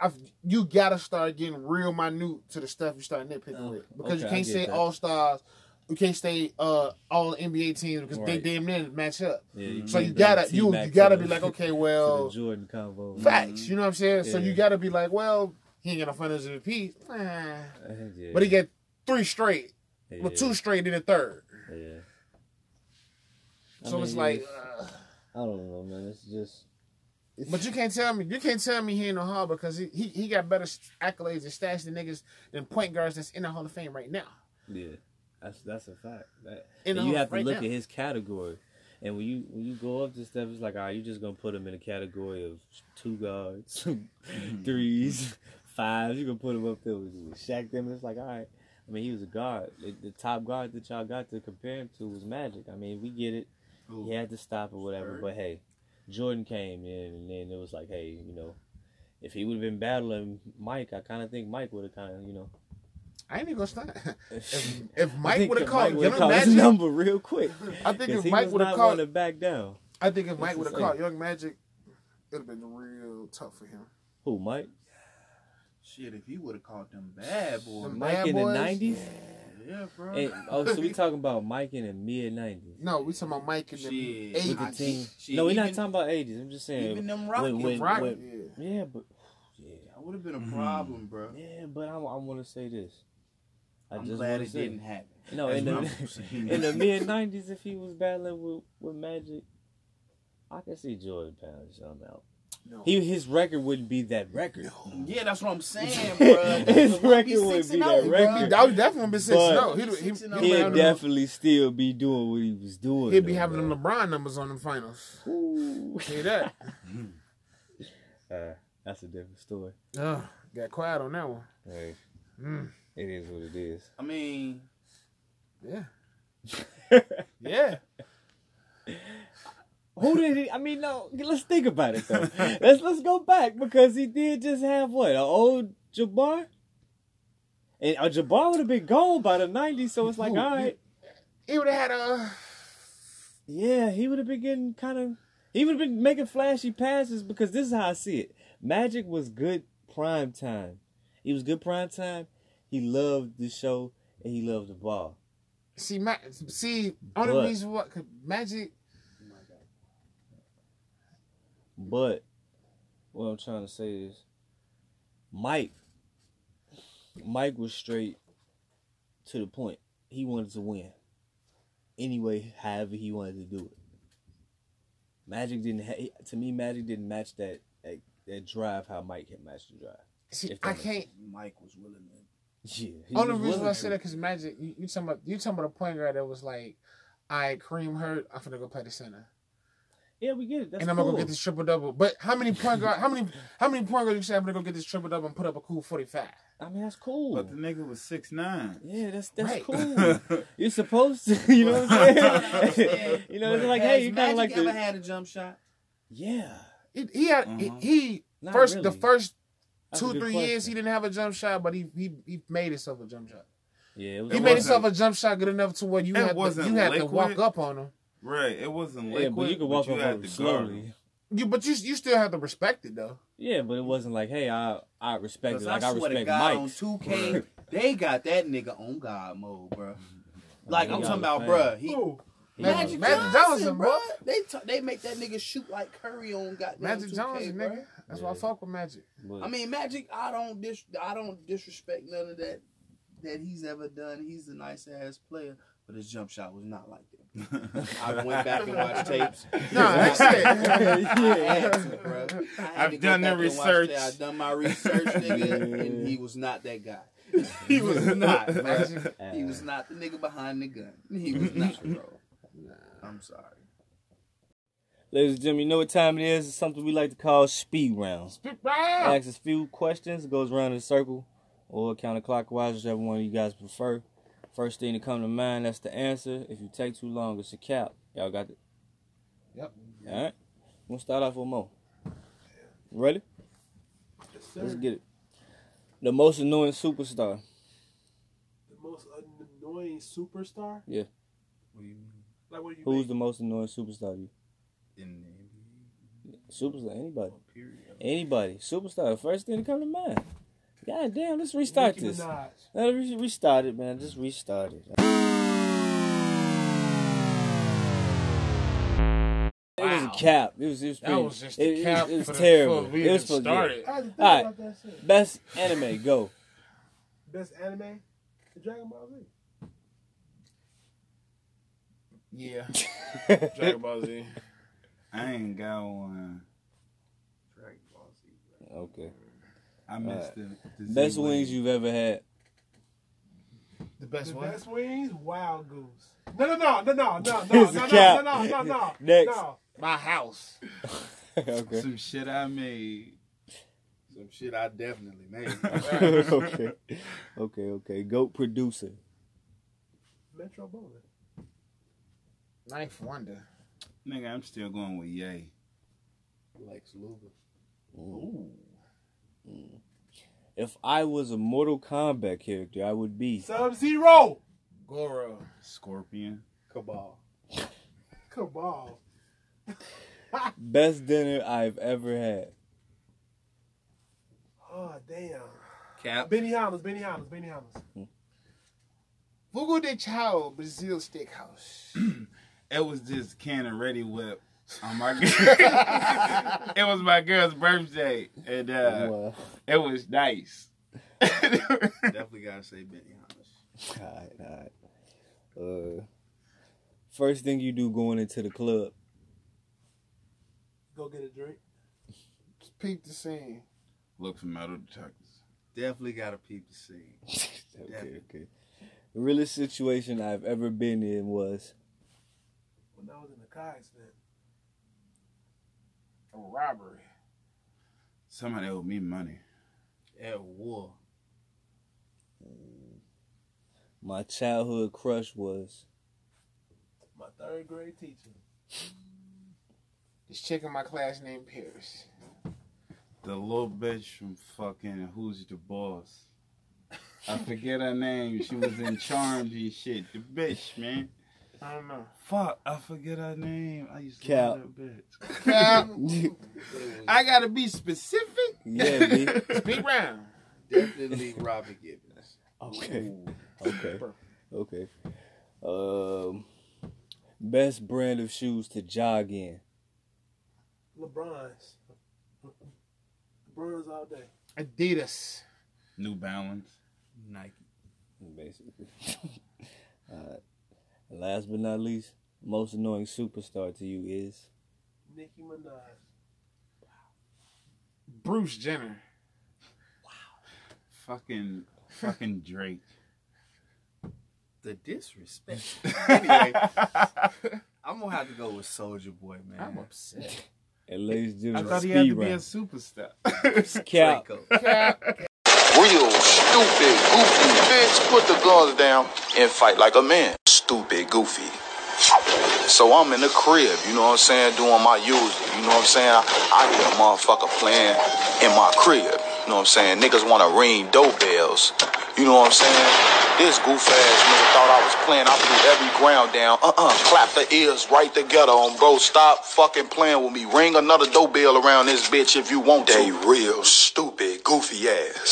S6: I've, you gotta start getting real minute to the stuff you start nitpicking
S1: Oh,
S6: with
S1: okay,
S6: because
S1: I
S6: you can't
S1: get
S6: say
S1: that.
S6: all stars, you can't say uh all NBA teams because
S1: Right.
S6: they damn near match up.
S1: Yeah, you
S6: So
S1: can't
S6: you
S1: bring
S6: gotta you
S1: T-Mac
S6: you
S1: to
S6: gotta
S1: the- [laughs]
S6: be like okay
S1: to the
S6: well
S1: Jordan combo.
S6: Facts. You know what I'm saying? So
S1: Yeah.
S6: you gotta be like, well, he ain't gonna find his MVP. Nah.
S1: Yeah,
S6: But he got three straight.
S1: yeah,
S6: Well, two straight in the third.
S1: Yeah. I
S6: So
S1: mean,
S6: it's like uh,
S1: I don't know, man. It's just
S6: But you can't tell me you can't tell me he ain't no hall because he, he, he got better accolades and stats than niggas than point guards that's in the Hall of Fame right now.
S1: yeah. That's that's a fact. That,
S6: In
S1: and
S6: the
S1: you
S6: Hall
S1: have to
S6: uh, right
S1: look
S6: now.
S1: at his category. And when you when you go up to stuff, it's like, all right, you're just gonna put him in a category of two guards, [laughs]
S6: Mm-hmm.
S1: threes, [laughs] fives. You're gonna put him up there with with Shaq. Them. And it's like, all right. I mean, he was a guard. The, the top guard that y'all got to compare him to was Magic. I mean, we get it. He had to stop or whatever. But hey, Jordan came in, and then it was like, hey, you know, if he would have been battling Mike, I kind of think Mike would have kind of, you know,
S6: I ain't even
S1: [laughs]
S6: gonna stop. If,
S1: I
S6: if Mike
S1: think
S6: would have
S1: that
S6: called
S1: would've
S6: Young
S1: called his
S6: Magic,
S1: number real
S6: [laughs]
S1: quick.
S6: I think
S1: 'Cause
S6: if
S1: he
S6: Mike
S1: was
S6: would have
S1: not
S6: called,
S1: wanting to back down.
S6: I think if Mike
S1: the
S6: would have
S1: same.
S6: called Young Magic, it'd have been real tough for him.
S1: Who Mike?
S3: Shit, if he would have called them bad boys,
S6: Them
S1: Mike
S6: Bad
S1: in
S6: Boys?
S1: the nineties?
S3: yeah, bro.
S1: Oh, so we talking about Mike in the mid nineties?
S6: No, we talking about Mike in the
S3: Shit.
S1: With
S6: eighties.
S1: the
S3: I-
S1: team?
S3: shit,
S1: No, we're not
S3: even-
S1: talking about eighties. I'm just
S3: even
S1: saying.
S3: them
S1: when-
S3: Rockets,
S1: when-
S3: Rock-
S6: Rock-
S1: when-
S6: yeah.
S1: Yeah, but yeah,
S3: that would have been a problem, bro.
S1: yeah, but I, want to say this. I
S3: I'm
S1: just
S3: glad
S1: wanna
S3: it
S1: say-
S3: didn't happen.
S1: No,
S3: That's
S1: in
S3: what
S1: the [laughs]
S3: I'm saying.
S1: in
S3: [laughs]
S1: the mid nineties, if he was battling with, with Magic, I could see Jordan pounding something out.
S6: No.
S1: He his record wouldn't be that record.
S3: Yeah, that's what I'm saying, bro.
S1: His
S3: It would
S1: record would
S3: six
S1: be
S3: and
S1: that
S3: oh,
S1: record.
S6: He, I would definitely been six.
S1: But-
S6: No, he'd, he,
S3: Six and oh.
S6: he'd,
S3: Yeah,
S1: He'd
S6: be having,
S1: definitely still be doing what he was doing.
S6: he'd be
S1: though,
S6: having
S1: man.
S6: them LeBron numbers on them finals.
S1: Ooh.
S6: See
S1: [laughs]
S6: that?
S1: Uh, that's a different story.
S6: Ugh, got quiet on that one.
S1: Hey,
S6: Mm,
S1: it is what it is.
S3: I mean,
S6: yeah, yeah.
S1: Who did he? I mean, no. Let's think about it
S6: [laughs]
S1: though. let's let's go back because he did just have what an old Jabbar, and uh, Jabbar would have been gone by the '90s. So it's like,
S6: Ooh,
S1: all right,
S6: He would have had uh, a.
S1: yeah, he would have been getting kind of. He would have been making flashy passes because this is how I see it. Magic was good prime time. He was good prime time. He loved the show and he loved the ball.
S6: See, Ma- see, only
S1: But-
S6: reason what could Magic.
S1: But what I'm trying to say is, Mike, Mike was straight to the point. He wanted to win, anyway, however he wanted to do it. Magic didn't. Ha- to me, Magic didn't match that, that that drive how Mike had matched the drive. [laughs]
S6: See,
S1: If that
S6: I
S1: makes
S6: can't.
S3: Mike was willing to.
S1: Yeah. he
S6: Only
S1: was
S6: reason
S1: willing
S6: why I
S1: to.
S6: said that because Magic, you, you talking about you talking about a point guard that was like, I Kareem hurt, I'm finna go play the center,
S1: Yeah, we get it. That's
S6: and I'm gonna
S1: cool.
S6: go get this triple double. But how many point guard? How many? How many point guards you say I'm gonna go get this triple double and put up a cool forty five?
S1: I mean, that's cool.
S7: But the nigga was six nine.
S1: Yeah, that's that's
S6: Right. [laughs]
S1: cool.
S7: [laughs]
S1: You're supposed to, [laughs] you know what I'm saying?
S6: [laughs]
S1: [laughs]
S3: understand.
S1: you know, it's like, hey, you kind of like
S3: ever
S1: the
S3: had a jump shot?
S1: yeah.
S6: He, he had
S7: Uh-huh.
S6: he, he
S1: Mm-hmm. Not
S6: first the
S1: really.
S6: first
S1: That's a
S6: two
S1: good
S6: three
S1: question.
S6: years he didn't have a jump shot, but he he, he made himself a jump shot.
S1: Yeah, it was
S6: He
S7: It
S6: made
S7: wasn't-
S6: himself a jump shot good enough to where you
S7: It
S6: had to,
S7: wasn't
S6: you had to
S7: liquid.
S6: walk up on him.
S7: Right. It wasn't liquid.
S1: yeah, but you could walk
S7: you
S1: up
S7: had
S1: on it
S7: to guard
S1: slowly.
S7: him.
S6: You but you you still have to respect it though.
S1: Yeah, but it wasn't like, hey, I I respect it.
S3: Because I
S1: Like I,
S3: swear to
S1: respect
S3: God,
S1: Mike's.
S3: on 2K, they got that nigga on God mode, bro. Like,
S1: he
S3: I'm
S1: got
S3: talking about,
S1: the
S3: bruh. He,
S5: Who?
S1: [laughs] He was-
S6: Magic
S3: Magic,
S6: Johnson,
S3: Johnson,
S6: bro.
S3: bro. They t- they make that nigga shoot like Curry on goddamn
S6: Magic
S3: 2K,
S6: Johnson,
S3: bro.
S6: nigga. That's why I
S1: Yeah.
S6: fuck with Magic.
S1: but-
S3: I mean, Magic. I don't dis. I don't disrespect none of that that he's ever done. He's a nice ass player, but his jump shot was not like that. I went
S7: [laughs]
S3: back and watched tapes.
S8: Nah, that's it.
S3: I had to, bro. I had
S7: I've
S3: to go
S7: done
S3: back
S7: the
S3: and watch that.
S7: research.
S3: I've done my research, nigga, and he was not that guy.
S1: [laughs]
S3: He was
S7: [laughs]
S3: not. bro.
S1: uh,
S3: He was not the nigga behind the gun. He was not, bro. I'm sorry.
S1: Ladies and gentlemen, you know what time it is? It's something we like to call speed round.
S8: Spit round.
S1: Asks a few questions, goes around in a circle or counterclockwise, whichever one you guys prefer. First thing to come to mind, that's the answer. If you take too long, it's a cap. Y'all got it?
S8: Yep.
S1: All right. We'll start off with Mo. Ready?
S5: Yes, sir.
S1: Let's get it. The most annoying superstar.
S5: The most annoying superstar.
S1: Yeah.
S3: What do you mean?
S5: Like what do you
S1: Who's the
S5: think?
S1: most annoying superstar to you?
S3: In
S1: Superstar,
S8: Oh,
S1: anybody.
S3: the period.
S1: Anybody. Superstar, first thing to come to mind. God damn, let's restart
S5: Nicki
S1: this.
S5: Minaj.
S1: No, re- restart it, man. Just restart it. It was a cap. It was, it was pretty,
S8: That was just
S1: it,
S8: the
S1: it-
S8: cap
S1: It, was
S8: for the
S1: terrible.
S8: fuck we
S1: it was
S8: even
S1: supposed to be-
S8: started.
S5: I had to think
S1: Alright.
S5: about that shit.
S1: Best anime,
S8: [laughs]
S1: go.
S5: Best anime, Dragon Ball Z.
S1: [laughs]
S8: Yeah.
S1: okay,
S8: Dragon Ball Z.
S7: I ain't got one.
S3: Dragon Ball Z. bro.
S7: I missed the, the Z
S1: best
S7: wave.
S1: wings you've ever had. [laughs]
S8: The best
S5: The
S8: one.
S5: best wings, Wild Goose. No, no, no, no, no, no, no,
S1: It's a
S5: no, no,
S1: cap.
S5: no, no, no.
S1: Next.
S5: No.
S8: My house.
S1: okay.
S7: Some shit I made.
S3: Some shit I definitely made.
S1: [laughs]
S7: [laughs]
S1: okay. Okay. Okay. Goat producer.
S5: Metro Bowman.
S8: Knife Wonder.
S7: Nigga, I'm still going with Yay.
S3: Lex Luger.
S1: If I was a Mortal Kombat character, I would be.
S5: Sub Zero.
S8: Goro.
S7: Scorpion.
S3: Cabal.
S5: Cabal.
S1: Best dinner I've ever had.
S5: Oh damn.
S3: Cap.
S5: Benny Hannes, Benny Hannes, Benny Hannes.
S8: Fogo de Chao, Brazil Steakhouse.
S7: It was just can of ready whip. On [laughs] my girl. it was my girl's birthday. And uh,
S1: Wow.
S7: it was [laughs] nice.
S3: Definitely gotta say Benny Hannes.
S1: [laughs] All right, all right. Uh, first thing you do going into the club. [laughs]
S5: Go get a drink.
S8: Peep the scene.
S7: Look for metal detectors.
S3: Definitely gotta peep the scene.
S1: okay, okay. The realest situation I've ever been in was
S5: When I was in a car accident.
S8: A robbery.
S7: Somebody owed me money.
S3: At war.
S1: my childhood crush was.
S5: My third grade teacher.
S8: This chick in my class named Paris.
S7: The little bitch from fucking Who's the Boss. I forget her name. She was in Charmed and shit. The bitch, man.
S8: I don't know.
S7: Fuck, I forget her name. I used to
S1: Cap.
S7: love that bitch.
S8: [laughs]
S3: It was
S7: I gotta be specific.
S1: yeah,
S6: [laughs]
S1: B.
S8: Speak round.
S3: definitely Robbie Gibbons.
S1: Okay. Okay. Okay. Um, best brand of shoes to jog in.
S5: LeBron's. [laughs] LeBron's all day.
S8: Adidas.
S7: New Balance.
S3: Nike.
S1: Basically. [laughs] Alright. Last but not least, most annoying superstar to you is
S5: Nicki Minaj.
S8: Bruce Jenner.
S7: Fucking, fucking Drake.
S3: The disrespect. [laughs] anyway, I'm gonna have to go with Soldier Boy, man.
S8: I'm upset.
S1: and ladies and
S7: I
S1: gentlemen,
S7: thought he
S1: speed
S7: had to be a
S1: round.
S7: superstar.
S1: Cap.
S3: Draco.
S9: Real stupid goofy bitch, put the gloves down and fight like a man. Stupid goofy. So I'm in the crib, you know what I'm saying, doing my usual, you know what I'm saying? I get a motherfucker playing in my crib, you know what I'm saying? Niggas wanna ring doorbells, you know what I'm saying? This goof ass nigga thought I was playing, I blew every ground down, uh-uh, clap the ears right together on bro, stop fucking playing with me, ring another doorbell around this bitch if you want to. They real stupid goofy ass.